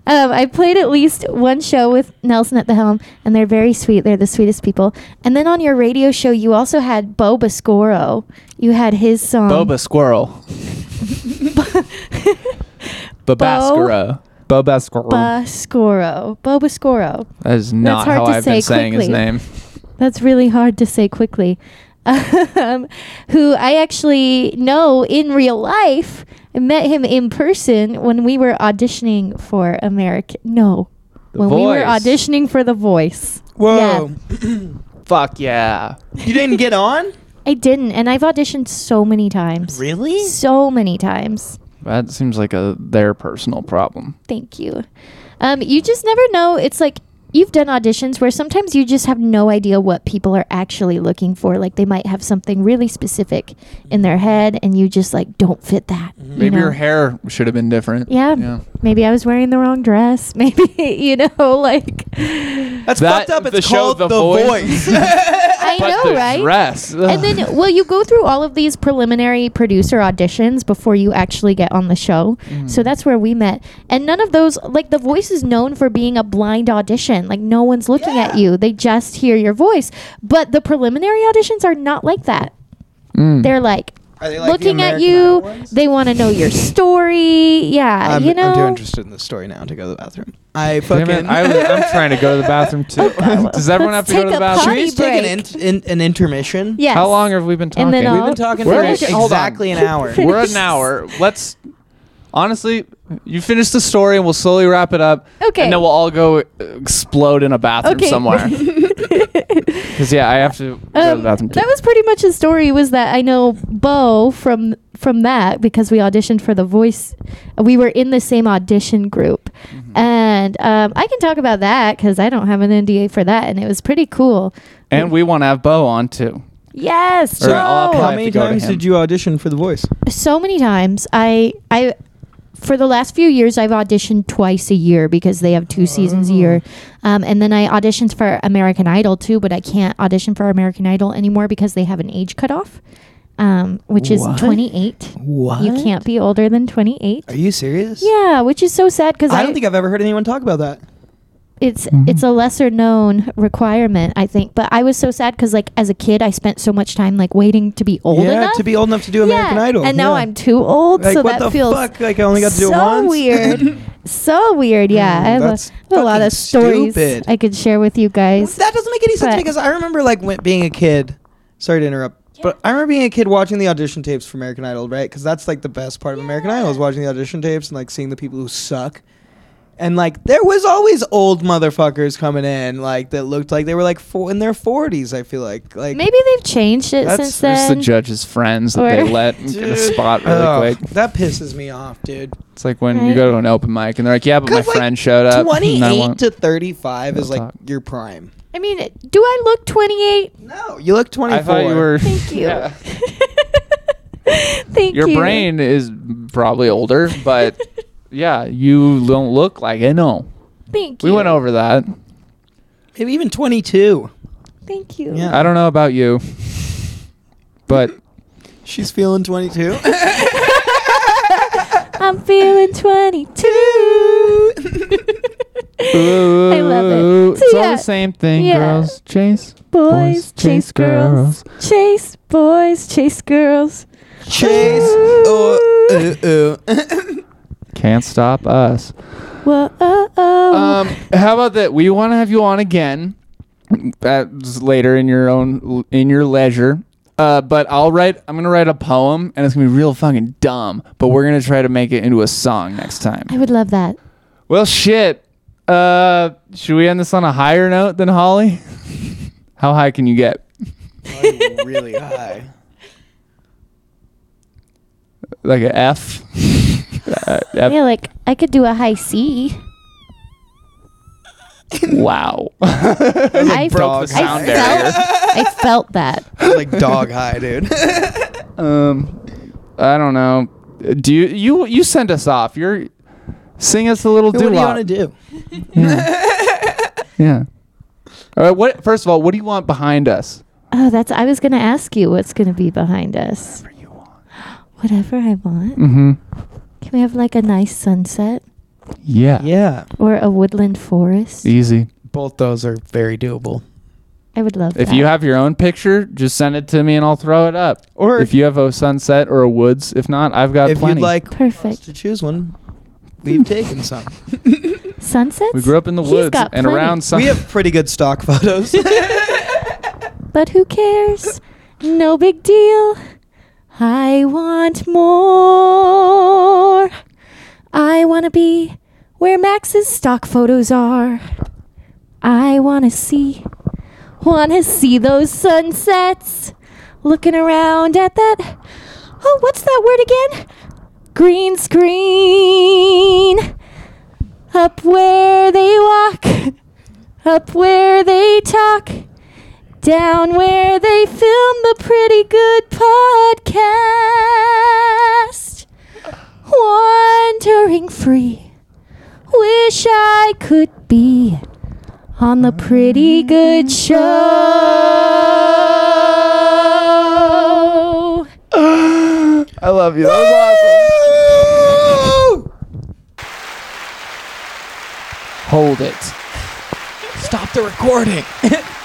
S3: um, I played at least one show with Nelson at the helm, and they're very sweet. They're the sweetest people. And then on your radio show, you also had Bo Bascoro. You had his song.
S1: Boba Squirrel. Babascara. Babascara.
S3: Bascoro. Bo Bascoro.
S1: that is not
S3: hard
S1: how
S3: to
S1: I've been
S3: say
S1: saying his
S3: quickly.
S1: name.
S3: That's really hard to say quickly. Um, who I actually know in real life. I met him in person when we were auditioning for American. No.
S1: The
S3: when we were
S1: Voice.
S3: auditioning for The Voice.
S4: Whoa.
S1: Fuck yeah.
S4: You didn't get on?
S3: I didn't, and I've auditioned so many times.
S4: Really?
S3: So many times.
S1: That seems like a their personal problem.
S3: Thank you. Um, you just never know. It's like you've done auditions where sometimes you just have no idea what people are actually looking for. Like they might have something really specific in their head, and you just like don't fit that. you
S1: Maybe
S3: know?
S1: your hair should have been different.
S3: Yeah. Maybe I was wearing the wrong dress. Maybe you know, like
S4: That's
S1: That-
S4: fucked up.
S1: the
S4: It's
S1: show
S4: called
S1: The
S4: The,
S1: Voice.
S4: Voice.
S3: I
S1: But
S3: know,
S1: the
S3: right?
S1: dress.
S3: And then, well, you go through all of these preliminary producer auditions before you actually get on the show.
S4: Mm.
S3: So that's where we met. And none of those, like, the voice is known for being a blind audition. Like, no one's looking at you, they just hear your voice. But the preliminary auditions are not like that.
S1: Mm.
S3: They're like,
S4: Are they like the
S3: looking at
S4: American
S3: you,
S4: Idol ones?
S3: they want to know your story.
S1: Uh,
S3: Yeah,
S4: I'm,
S3: you know.
S4: I'm too interested in the story now to go to the bathroom. I
S1: Damn
S4: fucking.
S1: it, I, am trying to go to the bathroom too. Does everyone have
S3: Let's
S1: to go to the
S3: take a
S4: Should
S1: bathroom?
S4: we just take an, in, in, an intermission?
S3: Yes.
S1: How long have we been talking?
S3: And then
S4: We've
S3: I'll-
S4: been talking
S1: We're
S4: for
S1: at- hold on.
S4: exactly an hour.
S1: We're at an hour. Let's honestly, you finish the story and we'll slowly wrap it up.
S3: Okay.
S1: And then we'll all go uh, explode in a bathroom
S3: Okay.
S1: somewhere. Because yeah, I have to go to
S3: Um,
S1: the bathroom too.
S3: that was pretty much his story. Was that I know Bo from from that because we auditioned for The Voice. We were in the same audition group,
S1: Mm-hmm.
S3: and um, I can talk about that because I don't have an NDA for that, and it was pretty cool.
S1: and we want to have Bo on too.
S3: Yes,
S1: All right, I'll
S3: Joe!
S1: apply.
S4: How
S1: I have
S4: many
S1: to go to
S4: times
S1: him.
S4: did you audition for The Voice?
S3: so many times. I I for the last few years I've auditioned twice a year because they have two seasons a year,
S4: Oh.
S3: um, and then I auditioned for American Idol too, but I can't audition for American Idol anymore because they have an age cutoff, um, which is
S1: What?
S3: twenty eight.
S4: What?
S3: You can't be older than 28.
S4: Are you serious?
S3: Yeah, which is so sad because
S4: I don't think I've ever heard anyone talk about that.
S3: it's
S4: Mm-hmm.
S3: it's a lesser known requirement, I think. But I was so sad because like as a kid, I spent so much time like waiting to be old
S4: yeah,
S3: enough
S4: to be old enough to do American
S3: yeah.
S4: Idol.
S3: and now
S4: yeah.
S3: I'm too old,
S4: Like,
S3: so
S4: what
S3: that
S4: the
S3: feels
S4: fuck? Like, I only got to do it
S3: so
S4: once?
S3: weird, so weird. Yeah,
S4: Mm,
S3: I have a,
S4: that's
S3: I have a lot of
S4: fucking
S3: stories
S4: stupid.
S3: I could share with you guys.
S4: That doesn't make any sense
S3: But-
S4: because I remember like when, being a kid. Sorry to interrupt, but I remember being a kid watching the audition tapes for American Idol, right? Because that's like the best part of American Idol is watching the audition tapes and like seeing the people who suck. And like there was always old motherfuckers coming in, like that looked like they were like four, in their forties. I feel like like
S3: Maybe they've changed it
S4: That's-
S3: since
S1: It's
S3: then.
S1: the judge's friends that
S3: Or-
S1: they let get a
S4: Dude.
S1: spot really
S4: Ugh,
S1: quick.
S4: That pisses me off, dude.
S1: It's like when you
S3: Right.
S1: go to an open mic and they're like, "Yeah, but my
S4: 'Cause, like,
S1: friend showed up." and I
S4: Twenty-eight
S1: won't-
S4: to thirty-five is
S1: We'll
S4: like
S1: talk.
S4: your prime.
S3: I mean, do I look 28?
S4: No, you look twenty-four.
S1: I thought you were.
S3: Thank you.
S1: Yeah.
S3: Thank
S1: Your
S3: you.
S1: brain is probably older, but yeah, you don't look like it. No,
S3: Thank
S1: we
S3: you.
S1: went over that.
S4: maybe even twenty-two.
S3: Thank you.
S4: Yeah.
S1: I don't know about you, but
S4: She's feeling twenty-two.
S3: I'm feeling 22. I love it.
S1: it's
S3: So
S1: all
S3: yeah,
S1: the same thing,
S3: Yeah.
S1: girls. Chase
S3: boys chase girls, chase boys chase girls.
S4: Chase.
S3: Ooh.
S4: Oh, uh, uh.
S1: Can't stop us.
S3: Whoa, oh, oh.
S1: Um, how about that? We want to have you on again. That's later in your own in your leisure. Uh, but I'll write. I'm gonna write a poem, and it's gonna be real fucking dumb. But we're gonna try to make it into a song next time.
S3: I would love that.
S1: Well, shit. Uh, should we end this on a higher note than Holly? How high can you get?
S4: Like, really high.
S1: Like an F? Uh, F?
S3: Yeah, like I could do a high C.
S1: Wow.
S3: I,
S1: broke the sound
S3: I felt, I felt that.
S4: like dog high, dude.
S1: um, I don't know. Do you you you send us off? You're sing us a little
S4: what do you
S1: doo-wop.
S4: want to do?
S1: Yeah. yeah. All right. What? First of all, what do you want behind us?
S3: Oh, that's. I was gonna ask you what's gonna be behind us.
S1: Whatever you want.
S3: Whatever I want.
S1: Mm-hmm.
S3: Can we have like a nice sunset
S1: Yeah.
S4: Yeah,
S3: or a woodland forest?
S1: Easy.
S4: both those are very doable.
S3: I would love.
S1: If
S3: that.
S1: you have your own picture, just send it to me and I'll throw it up.
S4: Or
S1: if you have a sunset or a woods, if not, I've got
S4: if
S1: plenty.
S4: you'd like us
S3: perfect
S4: to choose one, we've taken some.
S3: sunsets,
S1: we grew up in the
S3: He's
S1: woods
S3: got
S1: and
S3: plenty.
S1: around sun.
S4: we have pretty good stock photos.
S3: but who cares? No big deal. I want more. I want to be where Max's stock photos are. I want to see, want to see those sunsets. Looking around at that. Oh, what's that word again? Green screen. Up where they walk, up where they talk, down where they film the pretty good podcast. Wandering free. Wish I could be on the pretty good show.
S1: I love you. That was awesome. Hold it.
S4: Stop the recording.